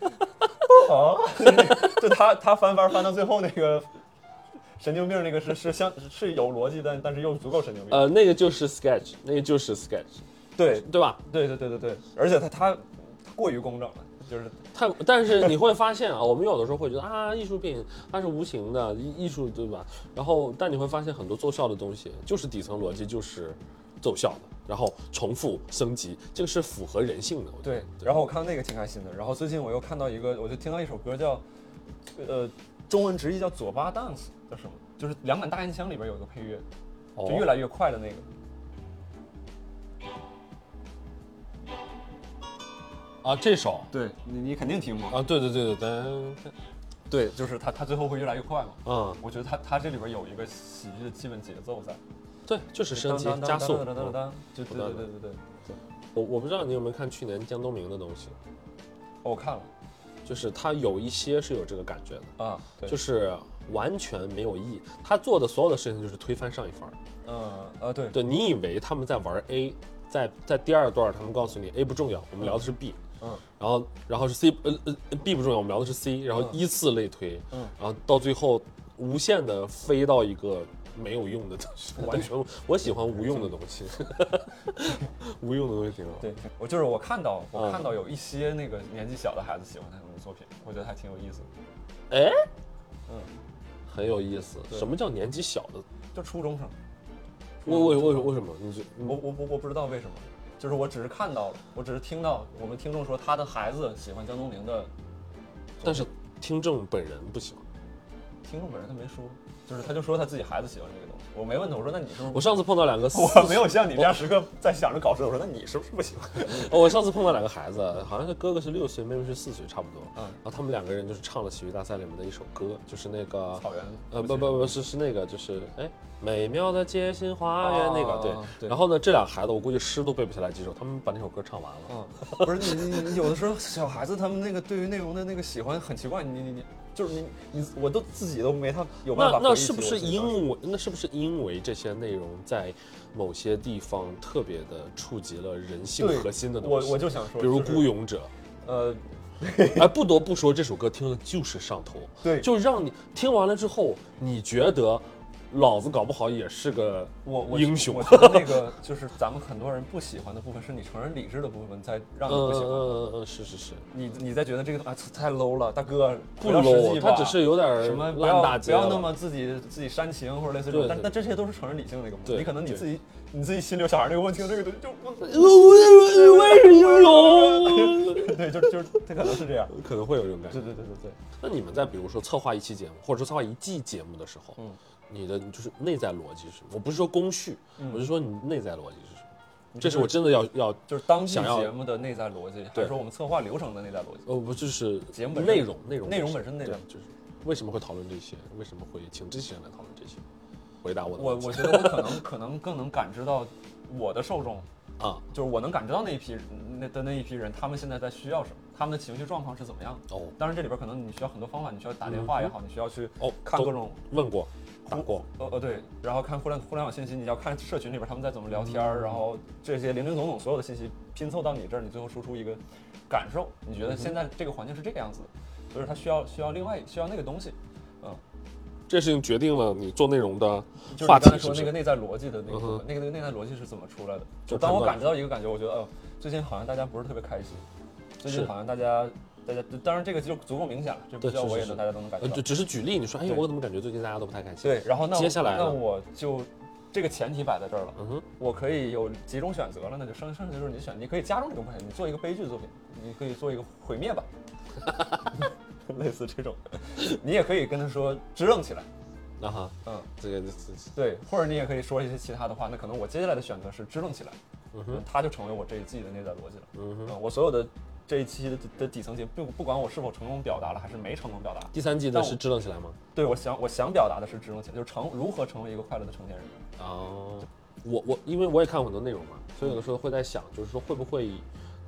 B: 啊，就他他翻翻翻到最后那个神经病那个是是像是有逻辑，但但是又足够神经病。
C: 呃，那个就是 sketch，那个就是 sketch，
B: 对
C: 对吧？
B: 对对对对对，而且他他过于工整了，就是
C: 太，但是你会发现啊，我们有的时候会觉得啊，艺术品它是无形的艺艺术，对吧？然后，但你会发现很多奏效的东西，就是底层逻辑就是奏效的，然后重复升级，这个是符合人性的。我觉得
B: 对。然后我看到那个挺开心的，然后最近我又看到一个，我就听到一首歌叫，呃，中文直译叫左巴 dance，叫什么？就是《两杆大烟枪》里边有一个配乐，就越来越快的那个。
C: 哦啊，这首
B: 对你你肯定听过。
C: 啊，对对对对，咱
B: 对，就是他他最后会越来越快嘛。
C: 嗯，
B: 我觉得他他这里边有一个喜剧的基本节奏在，
C: 对，就是升级加速。
B: 当当当当当
C: 嗯
B: 当就对对对对对，
C: 我我不知道你有没有看去年江东明的东西，
B: 哦我看了
C: 就是他有一些是有这个感觉的。
B: 啊，对，
C: 就是是完全没有意义。他做的所有的事情就是推翻上一番儿。
B: 嗯啊对
C: 对你以为他们在玩 A，在在第二段他们告诉你 A 不重要，我们聊的是 B，
B: 嗯
C: 然后然后是 C，呃呃呃 B 不重要，我们聊的是 C，然后依次类推，
B: 嗯
C: 然后到最后无限的飞到一个。没有用的东西， 完全我喜欢无用的东 西，无用的东西挺好。
B: 对，我就是我看到我
C: 嗯
B: 看到有一些那个年纪小的孩子喜欢他们的作品，我觉得还挺有意思的。
C: 哎，
B: 嗯，
C: 很有意思。
B: 对嗯
C: 什么叫年纪小的？
B: 就初中生，
C: 为为为为什么？你就
B: 我我我我不知道为什么，就是我只是看到了，我只是听到我们听众说他的孩子喜欢江东明的，
C: 但是听众本人不喜
B: 嗯
C: 欢。
B: 听众本人他没说，就是他就说他自己孩子喜欢这个东西，我没问他，我说那你是不
C: 我
B: 是？
C: 上次碰到两个四，
B: 我没有像你这样时刻在想着搞事，我说那你是不是不喜欢？
C: 哦我上次碰到两个孩子，好像是哥哥是六岁，妹妹是四岁，差不多。
B: 嗯
C: 然后他们两个人就是唱了喜剧大赛里面的一首歌，就是那个
B: 草原
C: 呃不不不是是那个就是哎美妙的街心花园那
B: 啊
C: 个对。
B: 对
C: 然后呢，这俩孩子我估计诗都背不下来几首，他们把那首歌唱完了。
B: 嗯，不是你你你有的时候小孩子他们那个对于内容的那个喜欢很奇怪，你你你就是你你我都自己都没他有办
C: 那
B: 法
C: 那
B: 回忆起
C: 是不是
B: 我自己当时
C: 因为那是不是因为这些内容在某些地方特别的触及了人性
B: 对
C: 核心的东
B: 我
C: 西？
B: 我就想说，
C: 比如
B: 就是
C: 孤勇者，
B: 呃，
C: 哎，不得不说这首歌听了就是上头，
B: 对
C: 就让你听完了之后，你觉得老子搞不好也是个
B: 我我
C: 英雄
B: 我，觉得那 个就是咱们很多人不喜欢的部分，是你成人理智的部分才让
C: 嗯
B: 你不喜欢。
C: 嗯嗯，是是是，
B: 你你在觉得这个啊太 low 了，大哥
C: 不
B: 回到实际
C: low，
B: 吧
C: 他只是有点儿
B: 什么不
C: 烂大
B: 要不
C: 街
B: 要那
C: 了
B: 么自己自己煽情或者类似这种
C: 对，
B: 但
C: 对
B: 但这些都是成人理性的一个部分。
C: 对
B: 你可能你
C: 对
B: 自己你自己心里有小孩那个问题，这个东西就 不
C: 我为什么
B: 对，就就是他 可能是这样。
C: 可能会有这种感觉
B: 对。对对对对，
C: 那你们在比如说策划一期节目，或者说策划一季节目的时候，
B: 嗯
C: 你的就是内在逻辑是什么？我不是说工序，我是说你内在逻辑是什么？这
B: 嗯就是
C: 我真的要要，
B: 就是当季
C: 想要
B: 节目的内在逻辑，还
C: 对
B: 是说我们策划流程的内在逻辑？
C: 呃，不就是
B: 节目本身
C: 内容内容
B: 内容本身内
C: 对
B: 容
C: 就是为什么会讨论这些？为什么会请这些人来讨论这些？回答我的
B: 我
C: 问题
B: 我觉得我可能可能更能感知到我的受众
C: 啊
B: 就是我能感知到那一批那的那一批人，他们现在在需要什么，他们的情绪状况是怎么样的。
C: 哦
B: 当然，这里边可能你需要很多方法，你需要打电话也好，你需要去
C: 哦，
B: 看
C: 都
B: 各种
C: 问过打过，
B: 呃呃对，然后看互联互联网信息，你要看社群里边他们在怎么聊天儿，然后这些零零总总所有的信息拼凑到你这儿，你最后输出一个感受，你觉得现在这个环境是这个样子的，所以它需要需要另外需要那个东西，嗯，
C: 这事情决定了你做内容的
B: 就是
C: 话
B: 你刚才
C: 题是
B: 说
C: 嗯不
B: 那
C: 是？
B: 个内在逻辑的那个部分，那个那个内在逻辑是怎么出来的？就当我感知到一个感觉，我觉得，哦，最近好像大家不是特别开心，最近
C: 是
B: 好像大家大家，当然这个就足够明显了，这不
C: 对
B: 需要
C: 是
B: 我也
C: 是
B: 能
C: 是
B: 大家都能感
C: 呃，
B: 觉到
C: 只。只是举例，你说，哎，
B: 对
C: 我怎么感觉最近大家都不太开心？
B: 对，，然后那我
C: 接下来呢
B: 那我就这个前提摆在这儿了，
C: 嗯哼，
B: 我可以有几种选择了，那就剩剩下就是你选，你可以加重这个部分，你做一个悲剧作品，你可以做一个毁灭吧， 类似这种，你也可以跟他说支棱起来，
C: 啊哈，
B: 嗯，
C: 这个这
B: 对，或者你也可以说一些其他的话，那可能我接下来的选择是支棱起来，嗯，它就成为我这一季的内在逻辑了。嗯、我所有的这一期的的底层节目，并不管我是否成功表达了，还是没成功表达，
C: 第三季
B: 但
C: 的
B: 我
C: 是支棱起来吗？
B: 对我想我想表达的是支棱起来，就是成如何成为一个快乐的成年人。
C: 哦，我我因为我也看过很多内容嘛，所以有的时候会在想，就是说会不会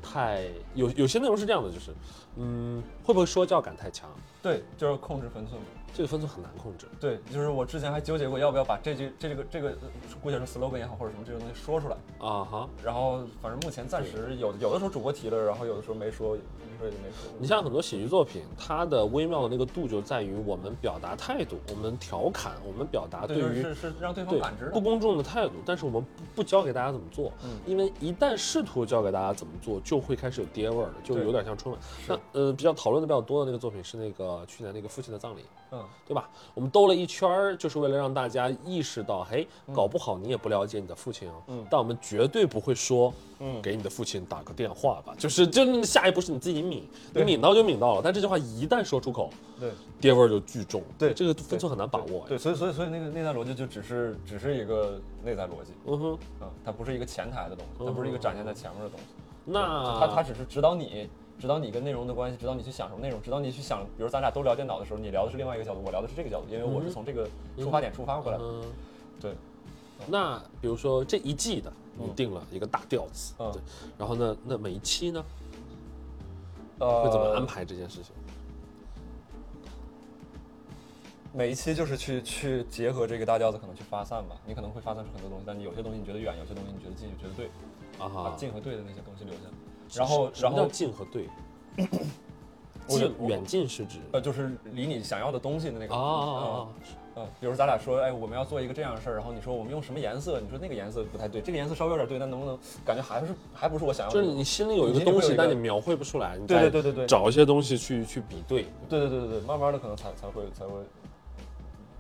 C: 太有有些内容是这样的，就是嗯，会不会说教感太强？
B: 对，就是控制分寸。
C: 这个分寸很难控制。
B: 对，就是我之前还纠结过要不要把这句这个这个，呃姑且说 slogan 也好，或者什么这种东西说出来。
C: 啊哈，
B: 然后反正目前暂时有有的时候主播提了，然后有的时候没说，没说也就没说。
C: 你像很多喜剧作品，它的微妙的那个度就在于我们表达态度，我们调侃，我们表达
B: 对，
C: 对
B: 就
C: 于
B: 是是让对方
C: 对
B: 感知
C: 不
B: 到。
C: 公众的态度，但是我们不不教给大家怎么做，
B: 嗯
C: 因为一旦试图教给大家怎么做，就会开始有爹味儿了，就
B: 对
C: 有点像春晚。那呃，比较讨论的比较多的那个作品是那个去年那个父亲的葬礼，
B: 嗯，
C: 对吧？我们兜了一圈儿，就是为了让大家意识到，嘿，搞不好你也不了解你的父亲啊。
B: 嗯
C: 但我们绝对不会说，
B: 嗯
C: 给你的父亲打个电话吧。就是，就下一步是你自己抿，你
B: 对
C: 抿到就抿到了。但这句话一旦说出口，
B: 对
C: 爹味儿就巨重。
B: 对
C: 这个分寸很难把握。
B: 对，，所以所以所以那个内在逻辑就只是只是一个内在逻辑，
C: 嗯哼，
B: 嗯，它不是一个前台的东西，它不是一个展现在前面的东西，
C: 那
B: 它它只是指导你。指导你跟内容的关系，指导你去想什么内容，指导你去想，比如咱俩都聊电脑的时候，你聊的是另外一个角度，我聊的是这个角度，因为我是从这个出发点出发过来的。
C: 嗯，
B: 对，
C: 那比如说这一季的，你定了一个大调子，
B: 嗯
C: 对，然后呢，那每一期呢
B: 呃，
C: 会怎么安？排这件事情？
B: 每一期就是去去结合这个大调子，可能去发散吧。你可能会发散出很多东西，但你有些东西你觉得远，有些东西你觉得近，你觉得对，把
C: 啊哈，
B: 近和对的那些东西留下。然后，
C: 什
B: 然
C: 么叫
B: 后
C: 近和对？
B: 我
C: 近
B: 我
C: 远近是指
B: 呃，就是离你想要的东西的那个
C: 啊啊啊
B: 嗯，比如咱俩说，哎，我们要做一个这样的事儿，然后你说我们用什么颜色？你说那个颜色不太对，这个颜色稍微有点对，但能不能感觉还是还不是我想
C: 啊，
B: 要
C: 就
B: 的？
C: 是你心里有一
B: 你
C: 个
B: 心里
C: 东
B: 会有
C: 西，
B: 一
C: 但
B: 个
C: 你描绘不出来，你
B: 对
C: 再
B: 对对对对
C: 找一些东西去去比对。
B: 对对对对对，慢慢的可能才才会才会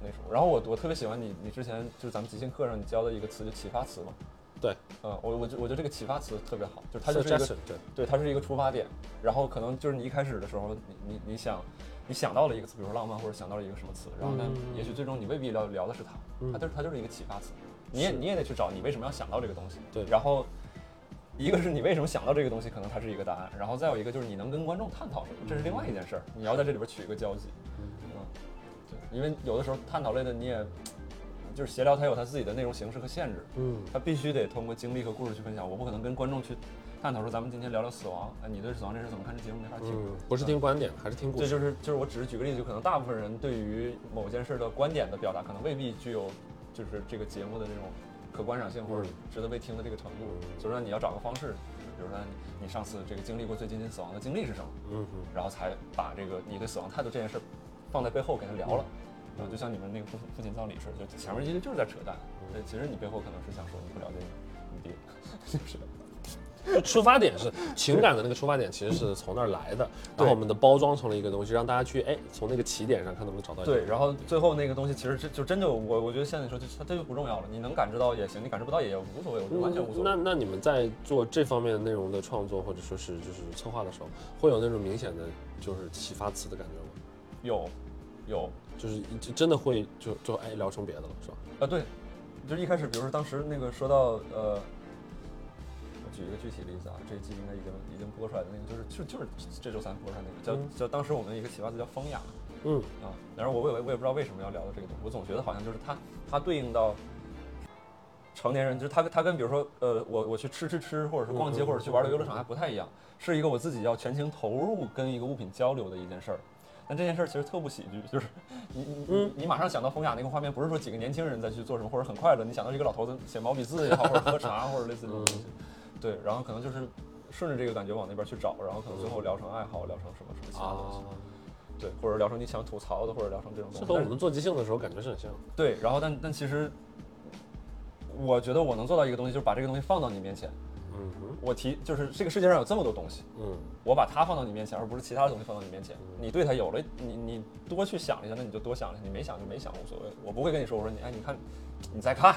B: 那什么。然后我我特别喜欢你，你之前就是咱们即兴课上你教的一个词，就启发词嘛。
C: 对
B: 嗯，我我觉我觉得这个启发词特别好，就是它就是一
C: Suggestion，
B: 个
C: 对
B: 对，它是一个出发点，然后可能就是你一开始的时候，你你你想你想到了一个词，比如说浪漫或者想到了一个什么词，然后呢，也许最终你未必聊聊的是它，它就是它嗯就是一个启发词，你也你也得去找你为什么要想到这个东西，
C: 对
B: 然后。一个是你为什么想到这个东西，可能它是一个答案，然后再有一个就是你能跟观众探讨什么，这是另外一件事儿，你要在这里边取一个交集，嗯，对，因为有的时候探讨类的你也，就是闲聊，它有它自己的内容形式和限制，
C: 嗯，
B: 他必须得通过经历和故事去分享。我不可能跟观众去探讨说咱们今天聊聊死亡，哎，你对死亡这事怎么看？这节目没法听。
C: 嗯，不是听观点，还是听故
B: 这
C: 事。
B: 就是就是我只是举个例子，就可能大部分人对于某件事的观点的表达，可能未必具有就是这个节目的这种可观赏性或
C: 嗯
B: 者值得被听的这个程度。所以说你要找个方式，比如说你你上次这个经历过最接近死亡的经历是什么，
C: 嗯哼，
B: 然后才把这个你对死亡态度这件事放在背后给他聊了。然后就像你们那个父父亲葬礼似的，就前面一直就是在扯淡，对，其实你背后可能是想说你不了解你你爹，就是
C: 就出发点是情感的那个出发点，其实是从那儿来的。然后我们的包装成了一个东西，让大家去哎，从那个起点上看能不能找到一个。
B: 对，然后最后那个东西其实这就真的我我觉得现在你说就是它这就不重要了，你能感知到也行，你感知不到也无所谓，我觉得完全无所
C: 嗯那
B: 谓。
C: 那你们在做这方面的内容的创作，或者说是就是策划的时候，会有那种明显的就是启发词的感觉吗？
B: 有有
C: 就是就真的会就就哎聊成别的了，是吧？
B: 啊对，就是一开始比如说当时那个说到呃。我举一个具体例子啊，这一季应该已经已经播出来的那个，就是就就是这周三播出来那个，叫叫当时我们一个启发词叫“风雅”，
C: 嗯
B: 啊，然后我也我也不知道为什么要聊到这个东西，我总觉得好像就是它它对应到成年人，就是它它跟比如说呃我我去吃吃吃，或者是逛街，或者去玩的游乐场还不太一样，是一个我自己要全情投入跟一个物品交流的一件事儿。但这件事儿其实特不喜剧，就是你你你你马上想到风雅那个画面，不是说几个年轻人在去做什么，或者很快乐，你想到一个老头子写毛笔字也好，或者喝茶，或者类似这种东西，
C: 嗯
B: 对，然后可能就是顺着这个感觉往那边去找，然后可能最
C: 嗯
B: 后聊成爱好，聊成什么什么其他东西
C: 啊，，
B: 对，或者聊成你想吐槽的，或者聊成这种东西。
C: 这和我
B: 但是
C: 们做即兴的时候感觉是很像。
B: 对，然后但但其实，我觉得我能做到一个东西，就是把这个东西放到你面前。
C: 嗯哼，
B: 我提就是这个世界上有这么多东西，
C: 嗯
B: 我把它放到你面前，而不是其他的东西放到你面前。你对它有了，你你多去想一下，那你就多想一下；你没想就没想，无所谓。我不会跟你说，我说你哎，你看，你再看，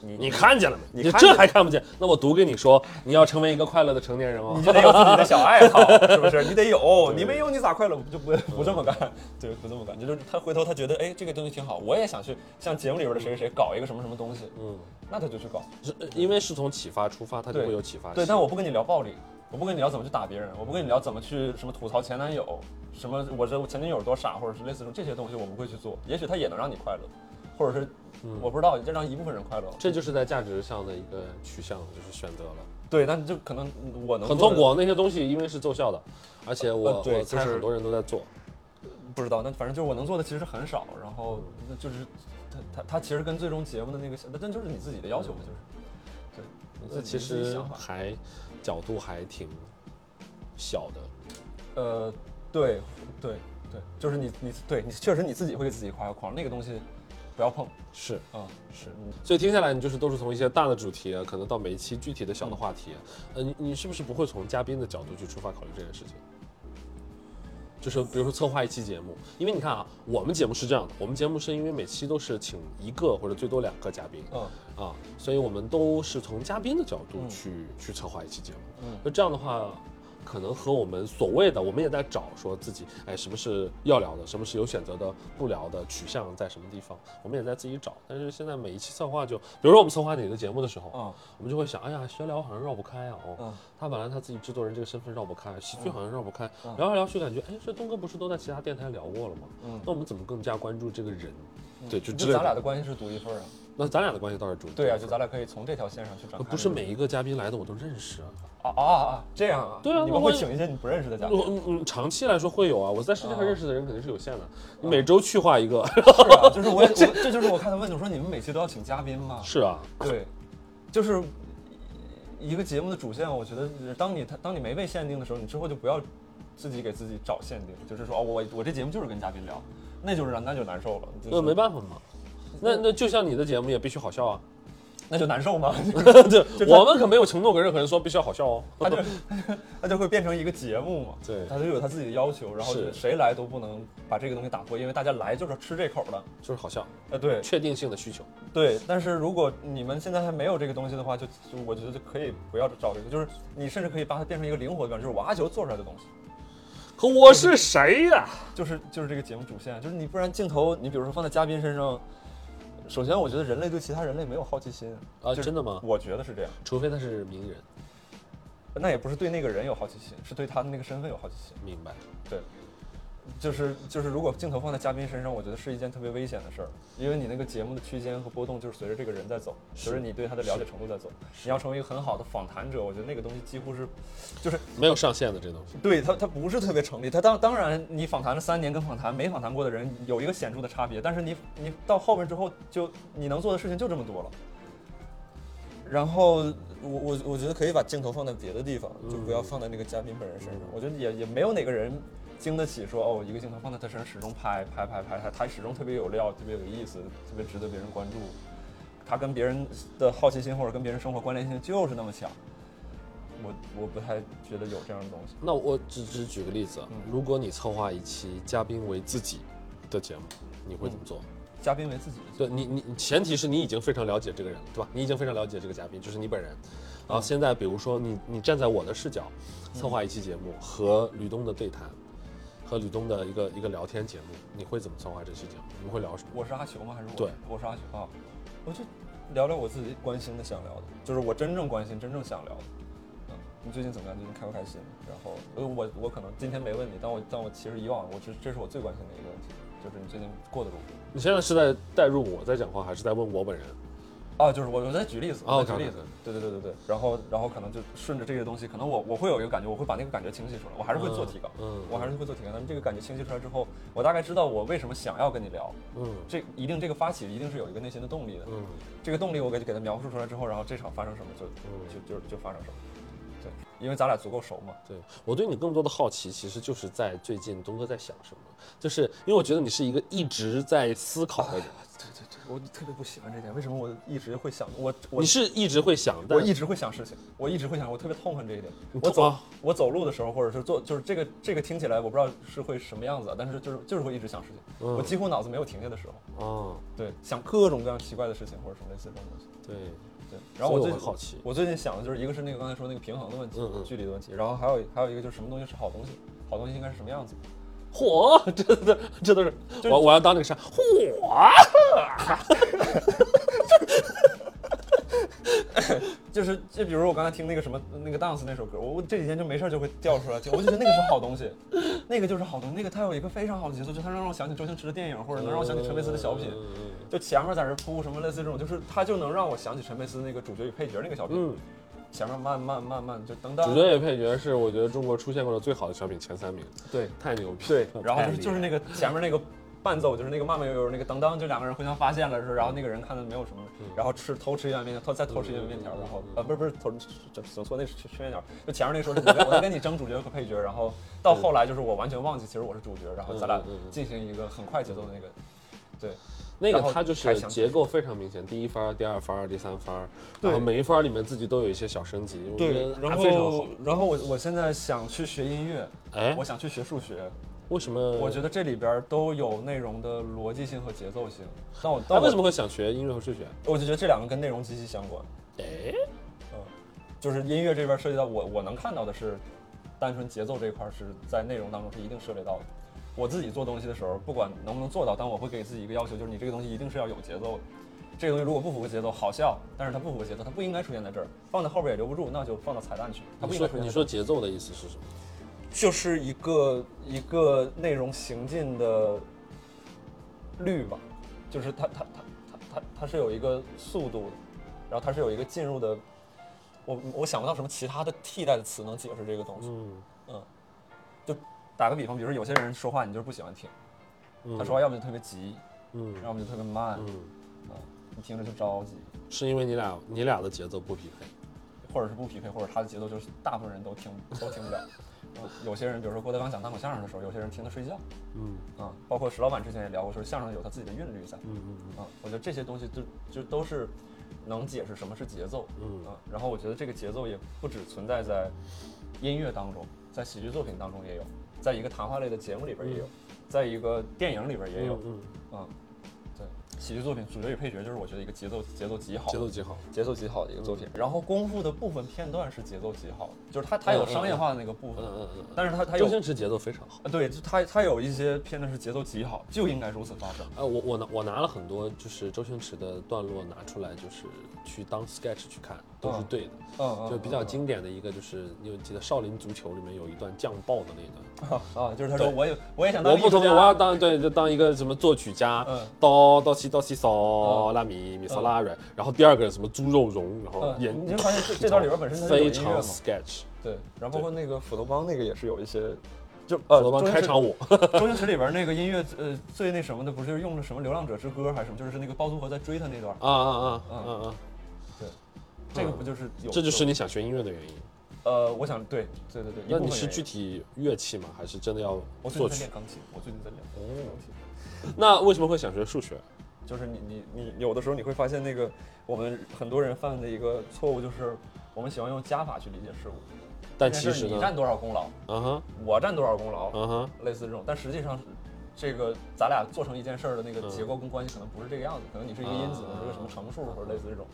B: 你
C: 你看见了没？
B: 你
C: 你
B: 看
C: 这
B: 见
C: 还看不见？那我读给你说，你要成为一个快乐的成年人哦
B: 你。就得有自己的小爱好，是不是？你得有，你没有你咋快乐？就不不这么干，对，不这么干。这就是他回头他觉得，哎，这个东西挺好，我也想去像节目里边的谁谁谁搞一个什么什么东西，
C: 嗯，
B: 那他就去搞。
C: 是呃因为是从启发出发，他就
B: 对
C: 会有启发性。
B: 对，但我不跟你聊暴力，我不跟你聊怎么去打别人，我不跟你聊怎么去什么吐槽前男友，什么我这前女友多傻，或者是类似这种这些东西，我不会去做。也许他也能让你快乐，或者是我不知道，这让一部分人快乐。
C: 嗯这就是在价值上的一个取向，就是选择了。
B: 对，那你就可能我能
C: 很
B: 做
C: 痛
B: 的
C: 苦，啊那些东西因为是奏效的，而且我、
B: 呃对
C: 我
B: 就
C: 猜
B: 是
C: 很多人都在做。
B: 不知道，那反正就是我能做的其实很少，然后那就是他他他其实跟最终节目的那个，那那就是你自己的要求嘛，就是对，你自
C: 那
B: 己
C: 其
B: 你自己
C: 实
B: 想法
C: 还角度还挺小的。
B: 呃，对对对，就是你你对你确实你自己会给自己画个框，那个东西不要碰
C: 是
B: 啊，
C: 是，所以听下来你就是都是从一些大的主题，可能到每一期具体的小的话题，呃，你你是不是不会从嘉宾的角度去出发考虑这件事情？就是比如说策划一期节目，因为你看啊，我们节目是这样的，我们节目是因为每期都是请一个或者最多两个嘉宾，
B: 嗯
C: 啊，所以我们都是从嘉宾的角度去、去策划一期节目。
B: 嗯
C: 那这样的话，可能和我们所谓的，我们也在找说自己，哎，什么是要聊的，什么是有选择的，不聊的取向在什么地方，我们也在自己找。但是现在每一期策划就，比如说我们策划你的节目的时候，
B: 啊
C: 我们就会想，哎呀，闲聊好像绕不开啊，哦，
B: 嗯
C: 他本来他自己制作人这个身份绕不开，喜剧好像绕不开，聊来聊去感觉，哎，这东哥不是都在其他电台聊过了吗？
B: 嗯
C: 那我们怎么更加关注这个人？对，就之
B: 就
C: 类
B: 咱俩
C: 的。
B: 的关系是独一份儿啊，
C: 那咱俩的关系倒是主
B: 对啊，就咱俩可以从这条线上去展开。
C: 呃不是每一个嘉宾来的我都认识啊，
B: 啊啊啊，这样啊，
C: 对啊
B: 你
C: 那
B: 们会
C: 万一
B: 请一些你不认识的嘉宾
C: 我，嗯嗯，长期来说会有啊。我在世界上
B: 啊
C: 认识的人肯定是有限的，你每周去化一个，
B: 是啊，就是 我我这就是我看他问我说你们每期都要请嘉宾吗？
C: 是啊，
B: 对，就是一个节目的主线，我觉得当你当你没被限定的时候，你之后就不要自己给自己找限定，就是说哦，我我这节目就是跟嘉宾聊，那就是那就难受了，就是
C: 那没办法嘛。那那就像你的节目也必须好 笑啊，
B: 那 就难受嘛，
C: 对，我们可没有承诺给任何人说必须要好笑哦。
B: 他就他就会变成一个节目嘛，
C: 对
B: 他就有他自己的要求，然后
C: 是
B: 谁来都不能把这个东西打破，因为大家来就是吃这口的，
C: 就是好笑，
B: 呃，对
C: 确定性的需 求。
B: 对，但是如果你们现在还没有这个东西的话，就就我觉得就可以不要找这个，就是你甚至可以把它变成一个灵活的标准，就是我阿九做出来的东西。
C: 可我是谁呀、
B: 就是就是这个节目主线，啊就是你不然镜头，你比如说放在嘉宾身上，首先我觉得人类对其他人类没有好奇心
C: 啊，
B: 就是
C: 真的吗？
B: 我觉得是这样，
C: 除非他是名人，
B: 那也不是对那个人有好奇心，是对他的那个身份有好奇心。
C: 明白。
B: 对，就是就是如果镜头放在嘉宾身上，我觉得是一件特别危险的事儿，因为你那个节目的区间和波动就是随着这个人在走，随着你对他的了解程度在走。你要成为一个很好的访谈者，我觉得那个东西几乎是，就是
C: 没有上限的这东西。
B: 对他，他不是特别成立。他当当然，你访谈了三年，跟访谈没访谈过的人有一个显著的差别。但是你你到后面之后就，你能做的事情就这么多了。然后我我我觉得可以把镜头放在别的地方，就不要放在那个嘉宾本人身上。我觉得也也没有哪个人经得起说哦，一个镜头放在他身上始终拍拍拍拍，他他始终特别有料，特别有意思，特别值得别人关注。他跟别人的好奇心或者跟别人生活关联性就是那么强。我我不太觉得有这样的东西。
C: 那我只只举个例子啊，如果你策划一期嘉宾为自己的节目，你会怎么做？
B: 嘉宾为自己
C: 对你，你你前提是你已经非常了解这个人了，对吧？你已经非常了解这个嘉宾，就是你本人。
B: 嗯
C: 啊，现在比如说你你站在我的视角，策划一期节目和吕东的对谈，和吕东的一个一个聊天节目，你会怎么策划这期节目？你们会聊什么？
B: 我是阿球吗？还是我？
C: 对，
B: 我是阿球啊。我就聊聊我自己关心的、想聊的，就是我真正关心、真正想聊的。嗯，你最近怎么样？最近开不开心？然后，呃，我我可能今天没问你，但我但我其实以往我这这是我最关心的一个问题，就是你最近过得如何？
C: 你现在是在代入我在讲话，还是在问我本人？
B: 啊，就是我我在举例子，
C: 啊
B: 我在
C: OK，OK，
B: 举例子，对对对对对。然后然后可能就顺着这些东西，可能我我会有一个感觉，我会把那个感觉清晰出来，我还是会做提纲，
C: 嗯嗯
B: 我还是会做提纲。但是这个感觉清晰出来之后，我大概知道我为什么想要跟你聊，
C: 嗯
B: 这一定这个发起一定是有一个内心的动力的，
C: 嗯，
B: 嗯这个动力我给给它描述出来之后，然后这场发生什么就就就就发生什么，对，因为咱俩足够熟嘛。
C: 对我对你更多的好奇，其实就是在最近东哥在想什么，就是因为我觉得你是一个一直在思考的人，
B: 对对对，我特别不喜欢这点。为什么我一直会想我我
C: 你是一直会想，但
B: 我一直会想事情，我一直会想，我特别痛恨这一点。
C: 痛
B: 我走
C: 啊
B: 我走路的时候，或者是做，就是这个这个听起来我不知道是会什么样子啊，但是就是就是会一直想事情。
C: 嗯
B: 我几乎脑子没有停下的时候，
C: 嗯，
B: 对，想各种各样奇怪的事情或者什么类似这种东西。
C: 对，
B: 对，然后我
C: 所
B: 最
C: 以我很好奇
B: 我最近想的就是一个是那个刚才说那个平衡的问题，
C: 嗯嗯
B: 距离的问题，然后还有还有一个就是什么东西是好东西，好东西应该是什么样子。
C: 嚯，这都这都是我我要当那个啥，嚯，
B: 就是就比如说我刚才听那个什么那个 dance 那首歌，我我这几天就没事儿就会调出来听，我就觉得那个是好东西，那个就是好东西，那个它有一个非常好的节奏，就它能让我想起周星驰的电影，或者能让我想起陈佩斯的小
C: 嗯
B: 品，就前面在这铺什么类似这种，就是它就能让我想起陈佩斯那个主角与配角那个小品，
C: 嗯，
B: 前面慢慢慢慢就等
C: 主
B: 等，
C: 角与配角是我觉得中国出现过的最好的小品前三名，
B: 对，
C: 太牛逼
B: 对
C: 了，，
B: 然后就是
C: 太厉害
B: 就是 那个前面那个伴奏，就是那个慢慢悠悠那个当当，就两个人互相发现了，是然后那个人看到没有什么，
C: 嗯
B: 然后吃偷吃一碗面条，偷再偷吃一碗面条，然后呃不是不是偷整整错那是吃吃面条，就前面那说是主角，我在跟你争主角和配角，然后到后来就是我完全忘记其实我是主角，然后咱俩
C: 嗯嗯嗯
B: 进行一个很快节奏的那个，对
C: 那个
B: 然后
C: 它就
B: 开
C: 是
B: 箱
C: 结构非常明显，第一番儿、第二番儿、第三番儿，
B: 对
C: 然后每一番儿里面自己都有一些小升级，我觉得它非常好。
B: 然后我我现在想去学音乐，
C: 哎
B: 我，想去学数学，
C: 为什么？
B: 我觉得这里边都有内容的逻辑性和节奏性，但我
C: 他
B: 但
C: 哎为什么会想学音乐和数学？
B: 我就觉得这两个跟内容息息相关。嗯
C: 哎，
B: 就是音乐这边涉及到我我能看到的是，单纯节奏这一块是在内容当中是一定涉猎到的。我自己做东西的时候，不管能不能做到，但我会给自己一个要求，就是你这个东西一定是要有节奏的。这个东西如果不符合节奏，好笑，但是它不符合节奏，它不应该出现在这儿，放在后边也留不住，那就放到彩蛋去。它不
C: 你
B: 应该
C: 说
B: 出现在
C: 你
B: 这儿
C: 说节奏的意思是什么？
B: 就是一个一个内容行进的率吧，就是它它它它它它是有一个速度的，然后它是有一个进入的，我我想不到什么其他的替代的词能解释这个东西。
C: 嗯，
B: 就打个比方，比如说有些人说话你就是不喜欢听，
C: 嗯
B: 他说话要么就特别急，
C: 嗯
B: 要么就特别慢，
C: 嗯，
B: 啊，你听着就着急，
C: 是因为你俩你俩的节奏不匹配。
B: 或者是不匹配，或者他的节奏就是大部分人都听都听不了。呃有有些人，比如说郭德纲讲单口相声的时候，有些人听他睡觉。
C: 嗯
B: 啊，包括石老板之前也聊过，说相声有他自己的韵律在
C: 嗯嗯
B: 啊，我觉得这些东西就就都是能解释什么是节奏
C: 嗯
B: 啊。然后我觉得这个节奏也不只存在在音乐当中，在喜剧作品当中也有，在一个谈话类的节目里边也有，在一个电影里边也有
C: 嗯，
B: 啊。对，喜剧作品主角与配角就是我觉得一个节奏节奏极好的，
C: 节奏极好。
B: 节奏极好的一个作品。然后功夫的部分片段是节奏极好的，就是它它有商业化的那个部分
C: 嗯，嗯嗯嗯，
B: 但是它它
C: 周
B: 有
C: 星驰节奏非常好。
B: 啊，对，就它它有一些片段是节奏极好，就应该如此发生。
C: 呃，我我拿我拿了很多就是周星驰的段落拿出来，就是去当 sketch 去看，都是
B: 嗯
C: 对的。
B: 嗯嗯，
C: 就比较
B: 嗯
C: 经典的一个，就是你有记得《少林足球》里面有一段酱爆的那一段，
B: 啊，就是他说我也我也想当
C: 我不同
B: 艺
C: 意，
B: 术
C: 我
B: 家
C: 要当对，就当一个什么作曲家
B: 嗯，
C: 哆哆西哆西嗦拉米米嗦拉软，然后第二个什么猪肉蓉，然后
B: 嗯
C: 演
B: 你就发现这这段里边本身它就有
C: 非
B: 音乐
C: 常
B: 嘛，
C: sketch，
B: 对，然后包括那个斧头帮那个也是有一些，就
C: 怎
B: 呃
C: 么办？开 场舞，
B: 周星驰里边那个音乐呃最那什么的，不是用了什么《流浪者之歌》还是什么，就是那个包租婆在追他那段，
C: 啊啊啊啊啊！
B: 这个不就是嗯有
C: 嗯这就是
B: 有
C: 你想学音乐的原因。
B: 呃，我想对对对对，一
C: 那
B: 部
C: 你
B: 分
C: 是
B: 原因
C: 具体乐器吗？还是真的要
B: 我最
C: 作
B: 近在
C: 曲哦
B: 练？钢琴，我最近在练钢琴。
C: 那为什么会想学数学？
B: 就是你你你有的时候你会发现那个我们很多人犯的一个错误就是我们喜欢用加法去理解事物，
C: 但
B: 这
C: 其
B: 件事
C: 实
B: 你
C: 呢，
B: 占多少功劳，
C: 嗯哼，
B: 我占多少功劳，
C: 嗯哼，
B: 类似这种，但实际上是这个咱俩做成一件事儿的那个结构跟关系可能不是这个样子，可能你是一个因子，
C: 啊
B: 我是个什么乘数或者类似这种。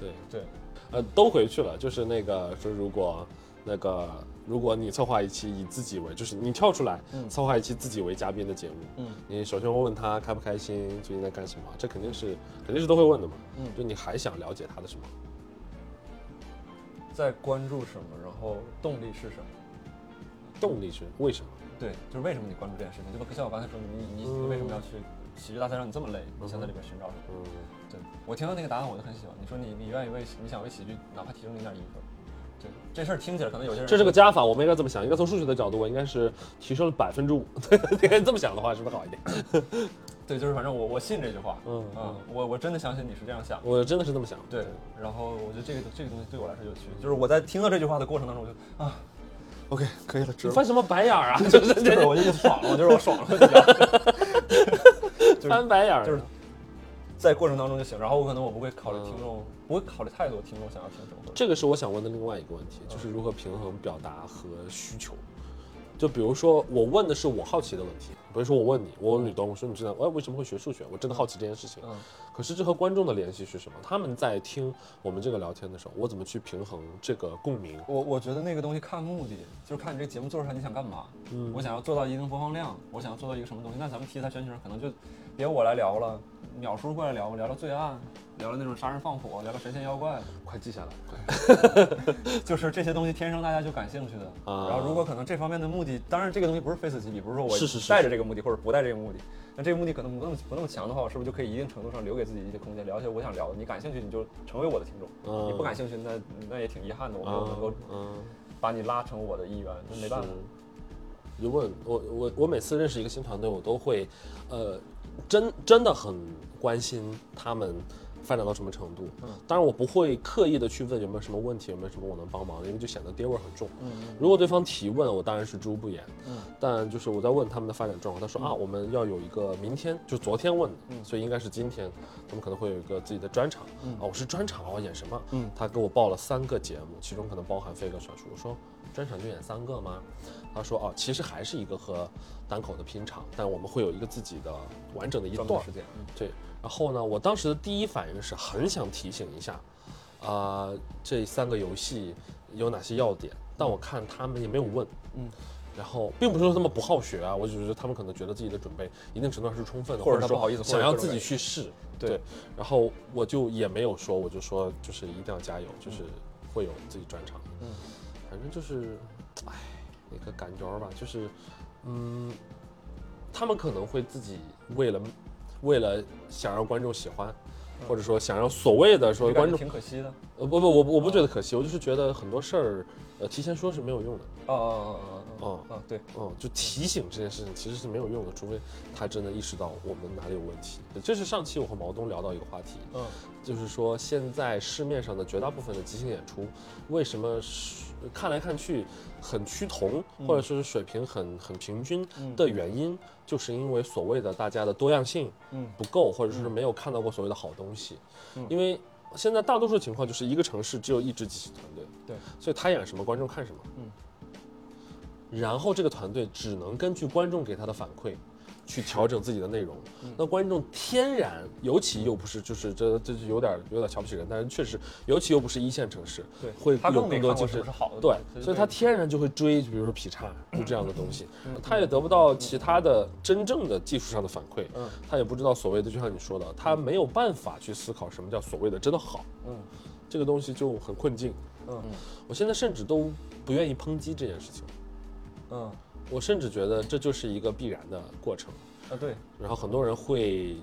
C: 对。
B: 对，
C: 呃，都回去了，就是那个说，如果那个如果你策划一期以自己为，就是你跳出来、
B: 嗯
C: 策划一期自己为嘉宾的节目，
B: 嗯
C: 你首先会问他开不开心，最近在干什么，这肯定是肯定是都会问的嘛，
B: 嗯
C: 就你还想了解他的什么？
B: 在关注什么，然后动力是什么？
C: 动力是为什么？
B: 对，就是为什么你关注这件事情？就跟像我刚才说，你你你
C: 嗯
B: 为什么要去喜剧大赛让你这么累？你想在里边寻找什么？
C: 嗯，
B: 对我听到那个答案我就很喜欢。你说你你愿意为你想为喜剧哪怕提升零点一分，对这事儿听起来可能有些人
C: 这是个加法，我们应该这么想，应 该从数学的角度，我应该是提升了百分之五。对，这么想的话，是不是好一点？
B: 对，就是反正我我信这句话，
C: 嗯
B: 啊，我我真的相信你是这样想的。
C: 我真的是这么想。
B: 对，然后我觉得这个这个东西对我来说有趣，就是我在听到这句话的过程当中，我就啊，OK，可以了，值
C: 你
B: 了。
C: 翻什么白眼儿啊？就是
B: 就是我就爽了，我就是我爽了，你知道吗就是
C: 翻白眼儿，
B: 就是在过程当中就行。然后我可能我不会考虑听众，不会考虑太多听众想要听什么。
C: 这个是我想问的另外一个问
B: 嗯
C: 题，就是如何平衡表达和需求。就比如说，我问的是我好奇的问题，比如说我问你，我问吕东，我说你知道，哎，为什么会学数学？我真的好奇这件事情。
B: 嗯
C: 可是这和观众的联系是什么？他们在听我们这个聊天的时候，我怎么去平衡这个共鸣？
B: 我我觉得那个东西看目的，就是看你这个节目做出来你想干嘛。嗯，我想要做到一定播放量，我想要做到一个什么东西，那咱们题材选取上可能就别我来聊了，鸟叔过来聊吧，聊聊罪案，聊聊那种杀人放火，聊聊神仙妖怪，
C: 快记下来，
B: 就是这些东西天生大家就感兴趣的。
C: 啊
B: 然后如果可能这方面的目的，当然这个东西不是非此即彼，不是说我
C: 是是是
B: 带着这个目的或者不带这个目的，那这个目的可能不那么不那么强的话，我是不是就可以一定程度上留给自己一些空间，聊一些我想聊的？你感兴趣你就成为我的听众，
C: 嗯
B: 你不感兴趣那那也挺遗憾的，我没有能够
C: 嗯嗯，
B: 把你拉成我的一员，那没办法
C: 是。。如果我我我每次认识一个新团队，我都会，呃，真真的很关心他们发展到什么程度。当然我不会刻意的去问有没有什么问题，有没有什么我能帮忙，因为就显得爹味儿很重。如果对方提问，我当然是知无不言。但就是我在问他们的发展状况，
B: 嗯
C: 他说啊，我们要有一个明天，就昨天问的，所以应该是今天，他们可能会有一个自己的专场。
B: 嗯
C: 啊，我是专场，我演什么？他给我报了三个节目，其中可能包含飞哥少数。我说专场就演三个吗？他说哦、其实还是一个和单口的拼场，但我们会有一个自己的完整的一
B: 专
C: 段
B: 门时间，嗯
C: 对，然后呢，我当时的第一反应是很想提醒一下，啊、这三个游戏有哪些要点？但我看他们也没有问，嗯，然后并不是说他们不好学啊，我只是觉得他们可能觉得自己的准备一定程度上是充分的，
B: 或者
C: 他
B: 是不好意思
C: 想
B: 或者
C: 要
B: 各种
C: 自己
B: 原
C: 去试，
B: 对
C: 对，然后我就也没有说，我就说就是一定要加油，就是
B: 嗯
C: 会有自己专场，嗯，反正就是，哎，那个感觉儿吧，就是，嗯，他们可能会自己为了为了想让观众喜欢，或者说想让所谓的说
B: 就
C: 观
B: 感觉
C: 众
B: 嗯挺可惜嗯的。
C: 呃不不我不我不觉得可惜，我就是觉得很多事儿呃提前说是没有用的，
B: 哦哦哦哦
C: 哦
B: 哦，对，
C: 哦、就提醒这件事情其实是没有用的，除非他真的意识到我们哪里有问题。这是上期我和毛东聊到一个话题，
B: 嗯，
C: 就是说现在市面上的绝大部分的即兴演出，为什么是看来看去很趋同，或者说是水平很很平均的原因，就是因为所谓的大家的多样性
B: 嗯
C: 不够，或者说是没有看到过所谓的好东西，因为。现在大多数情况就是一个城市只有一支即兴团队，
B: 对，
C: 所以他演什么观众看什么，然后这个团队只能根据观众给他的反馈，去调整自己的内容。
B: 嗯
C: 那观众天然，尤其又不是就是这这就有点有点瞧不起人，但是确实，尤其又不是一线城市，
B: 对
C: 会
B: 他
C: 有
B: 更没
C: 更多
B: 看过
C: 就
B: 什么是好的
C: 对，
B: 对
C: 所
B: 对
C: 以
B: 嗯
C: 他天然就会追，比如说劈叉就这样的东西，他也得不到其他的真正的技术上的反馈，
B: 嗯
C: 他也不知道所谓的，就像你说的，他没有办法去思考什么叫所谓的真的好，
B: 嗯
C: 这个东西就很困境。
B: 嗯
C: 我现在甚至都不愿意抨击这件事情。
B: 嗯
C: 我甚至觉得这就是一个必然的过程。
B: 啊对，
C: 然后很多人会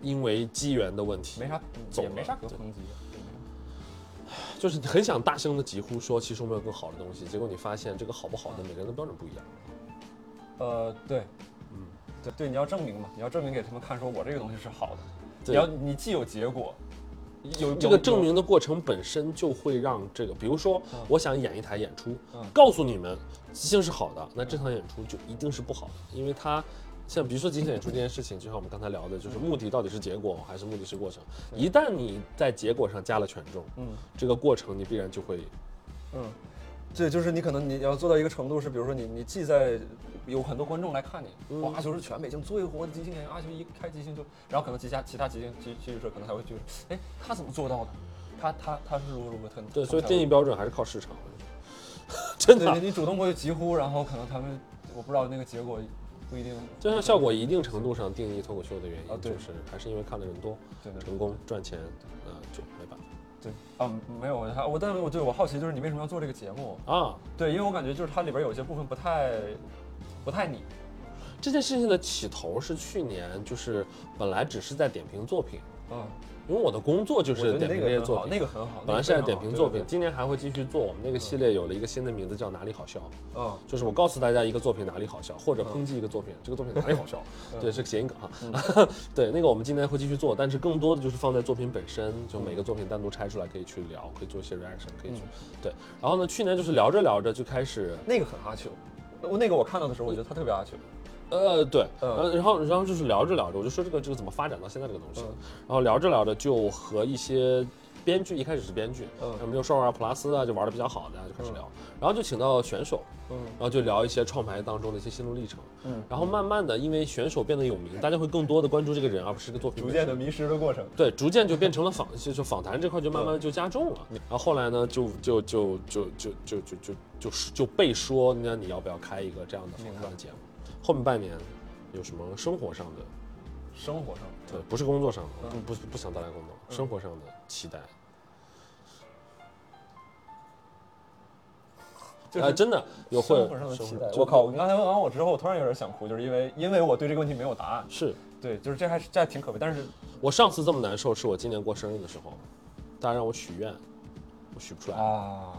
C: 因为机缘的问题，
B: 没啥
C: 走
B: 也
C: 了
B: 没啥可
C: 对
B: 抨击的。
C: 就是你很想大声的疾呼说，其实我们有更好的东西，结果你发现这个好不好的每个人的标准不一样。
B: 呃对，
C: 嗯
B: 对对，你要证明嘛，你要证明给他们看，说我这个东西是好的。
C: 对
B: 你要你既有结果，有
C: 这个证，明的过程本身就会让这个，比如说
B: 嗯
C: 我想演一台演出，告诉你们即兴是好的，那这场演出就一定是不好的，因为它。像比如说即兴演出这件事情，就像我们刚才聊的，
B: 嗯
C: 就是目的到底是结果还是目的是过程。一旦你在结果上加了权重，
B: 嗯
C: 这个过程你必然就会
B: 有嗯。这就是你可能你要做到一个程度是，比如说你你既在有很多观众来看你，
C: 嗯
B: 哇，就是全北京最火的即兴演员，阿修一开即兴就，然后可能其他其他即兴其其实可能还会觉得，哎，他怎么做到的？他他他是如何如何特
C: 对，所以
B: 他
C: 定义标准还是靠市场， 真
B: 对
C: 的
B: 你，你主动过去疾呼，然后可能他们我不知道那个结果不一定。
C: 就像效果一定程度上定义脱口秀的原
B: 啊
C: 因，就
B: 对
C: 是还是因为看的人多
B: 对，对
C: 成功赚钱，呃，就没办法
B: 对啊，没有，我还我但是我对我好奇就是你为什么要做这个节目？
C: 啊。
B: 对，因为我感觉就是它里边有些部分不太不太你。
C: 这件事情的起头是去年，就是本来只是在点评作品，
B: 嗯
C: 因因为我的工作就
B: 我觉
C: 是
B: 得
C: 点
B: 那
C: 评这
B: 个
C: 些
B: 很
C: 作
B: 好，
C: 品，
B: 那个很好。
C: 本来是
B: 那
C: 在
B: 个非
C: 点
B: 常
C: 评
B: 好
C: 作品，，今年还会继续做。我们
B: 嗯
C: 那个系列有了一个新的名字，叫哪里好笑。
B: 对对嗯，
C: 就是我告诉大家一个作品哪里好笑，
B: 嗯
C: 或者抨击一个作品，这个作品哪里好笑，对，是个谐音梗
B: 嗯
C: 哈。 对，那个我们今天会继续做，但是更多的就是放在作品本身，就每
B: 嗯
C: 个作品单独拆出来可以去聊，可以做一些 reaction，可以去对。然后呢，去年就是聊着聊着就开始，
B: 那个很阿秋，我那个我看到的时候，我觉得他特别阿秋。
C: 呃，对，
B: 嗯
C: 呃，然后然后就是聊着聊着，我就说这个这个怎么发展到现在这个东西，
B: 嗯
C: 然后聊着聊着就和一些。编剧一开始是编剧，
B: 嗯
C: 我们就兽啊、普拉斯啊，就玩的比较好的，就开始聊，然后就请到选手，
B: 嗯
C: 然后就聊一些创牌当中的一些心路历程，
B: 嗯，
C: 然后慢慢的，因为选手变得有名，大家会更多的关注这个人，而不是这个作品
B: 逐
C: 本
B: 渐
C: 身。
B: 的迷失的过程。
C: 对，逐渐就变成 了访，就就访谈这块就慢慢就加重
B: 嗯
C: 了。然后后来呢，就就就就就就就就就就被说，那你要不要开一个这样的访谈的节目？后面半年有什么生活上的，
B: 生活上，
C: 对，不是工作上
B: 嗯
C: 的，不不不想带来工作，生活上的期 待。
B: 就是
C: 啊，真的有会
B: 生活上的期待。
C: 就
B: 我靠！我刚才问完我之后，我突然有点想哭，就是因为因为我对这个问题没有答案。
C: 是
B: 对，就是这还是这还挺可悲，但是
C: 我上次这么难受，是我今年过生日的时候，大家让我许愿，我许不出来。
B: 啊，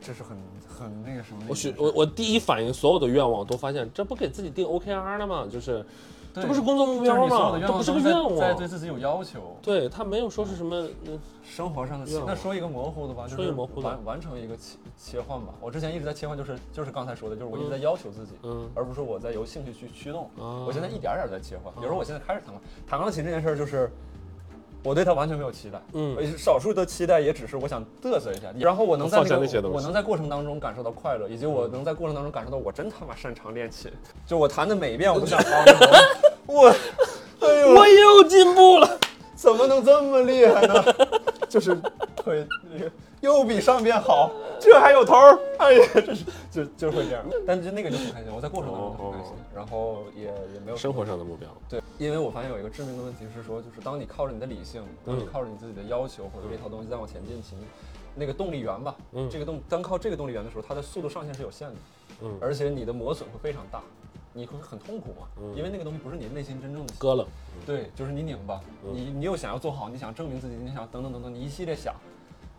B: 这是很很那个什么的一件事。
C: 我许我我第一反应，所有的愿望都发现，这不给自己定 OKR 了吗？就是，
B: 对
C: 这不是工作目
B: 就是
C: 标
B: 你所有的
C: 吗？
B: 愿
C: 这
B: 望
C: 不是
B: 都
C: 个
B: 在
C: 愿
B: 在对
C: 望。
B: 自己有要求。
C: 对他没有说是什么，嗯
B: 生活上的期
C: 愿，望
B: 那说一个模糊的吧，就是
C: 说一个模糊的
B: 完完成一个切切换吧。我之前一直在切换，就是就是刚才说的，就是我一直在要求自己，
C: 嗯
B: 而不是我在由兴趣去驱动。
C: 啊
B: 我现在一点儿点儿在切换，比如说我现在开始弹钢弹钢琴这件事儿，就是我对它完全没有期待，
C: 嗯
B: 呃，少数的期待也只是我想嘚瑟一下，然后我能在
C: 放下那些
B: 那
C: 东
B: 个我
C: 西嗯
B: 能在过程当中感受到快乐，以及我能在过程当中感受到我真他妈擅长练 琴，就我弹的每一遍我都想 啊，我哎呦，
C: 嗯我又进步了。
B: 怎么能这么厉害呢？ 就是腿又比上边好，这还有头儿，哎呀，这是就就会这样。但就那个就很开心，我在过程当中就很开心
C: 哦哦，
B: 然后也也没有
C: 生活上的目标，
B: 对，因为我发现有一个致命的问题是说，就是当你靠着你的理性，当你
C: 嗯
B: 靠着你自己的要求或者这套东西再往前进，其实那个动力源吧，
C: 嗯
B: 这个动单靠这个动力源的时候，它的速度上限是有限的，
C: 嗯
B: 而且你的磨损会非常大，你会很痛苦嘛，
C: 嗯
B: 因为那个东西不是你内心真正的
C: 割了。
B: 对，就是你拧吧，你你又想要做好，你想证明自己，你想等等等等，你一系列想，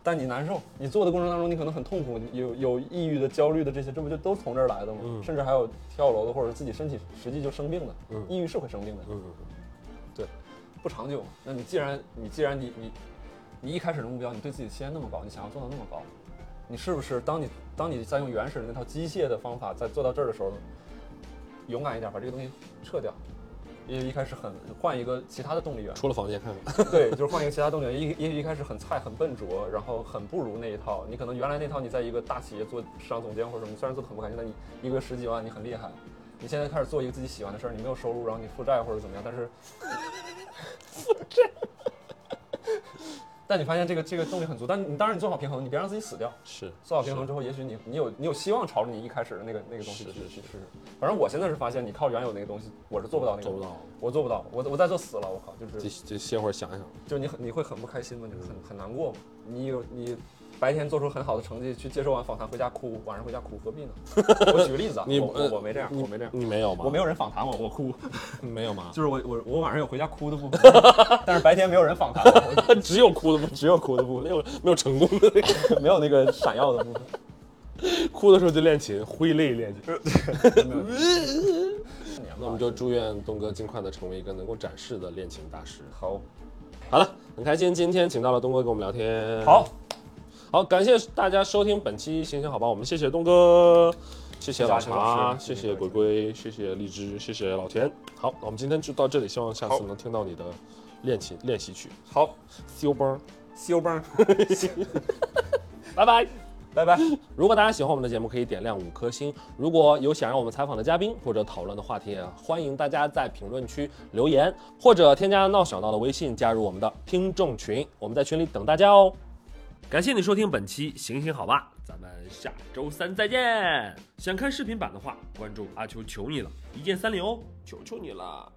B: 但你难受，你做的过程当中你可能很痛苦，你有有抑郁的、焦虑的这些，这不就都从这儿来的吗？
C: 嗯
B: 甚至还有跳楼的，或者自己身体实际就生病的，抑郁是会生病的，
C: 嗯，
B: 对，不长久。那你既然你既然你你你一开始的目标，你对自己的期待那么高，你想要做到那么高，你是不是当你当你在用原始的那套机械的方法在做到这儿的时候，勇敢一点，把这个东西撤掉？因为一开始很换一个其他的动力源，
C: 出了房间看 看。
B: 对，就是换一个其他动力源。一因为一开始很菜、很笨拙，然后很不如那一套。你可能原来那套你在一个大企业做市场总监或者什么，虽然做的很不开心，但你一个月十几万，你很厉害。你现在开始做一个自己喜欢的事儿，你没有收入，然后你负债或者怎么样， 但是负债。 但你发现这个这个动力很足，但你当然你做好平衡，你别让自己死掉。
C: 是，
B: 做好平衡之后，也许你你有你有希望朝着你一开始的那个那个东西
C: 是
B: 去
C: 是
B: 去试试。反正我现在是发现，你靠原有那个东西，我是做不到那个，
C: 做不到，
B: 我做不到，我我再做死了，我靠，就是
C: 得得歇会儿想想。
B: 就你很你会很不开心吗？你会很很难过吗？你有你白天做出很好的成绩，去接受完访谈回家哭，晚上回家哭，何必呢？ 我举个例子啊，
C: 你
B: 我
C: 呃
B: 我我没这样，
C: 你
B: 我没这样，
C: 你没有吗？
B: 我没有人访谈我，我哭，
C: 有，没有吗？
B: 就是我我我晚上有回家哭的部分， 但是白天没有人访谈我，
C: 只有哭的，只有哭的部分，没有没有成功的那个。
B: 没有那个闪耀的部分。
C: 哭的时候就练琴，挥泪练琴。
B: 呃
C: 那我们就祝愿东哥尽快的成为一个能够展示的恋情大师。
B: 好，
C: 好了，很开心今天请到了东哥跟我们聊天。
B: 好，
C: 好，感谢大家收听本期《行行好吧》，我们谢谢东哥，谢谢老茶，谢
B: 谢谢
C: 谢鬼鬼，谢谢荔枝，谢谢老田。好，那我们今天就到这里，希望下次能听到你的练琴练习曲。
B: 好，
C: See you, bro，
B: 修崩，
C: 拜拜。
B: 拜拜。
C: 如果大家喜欢我们的节目，可以点亮五颗星。如果有想让我们采访的嘉宾或者讨论的话题，也欢迎大家在评论区留言，或者添加闹小闹的微信，加入我们的听众群，我们在群里等大家哦。感谢你收听本期《行行好吧》，咱们下周三再见。想看视频版的话，关注阿秋求你了，一键三连哦，求求你了。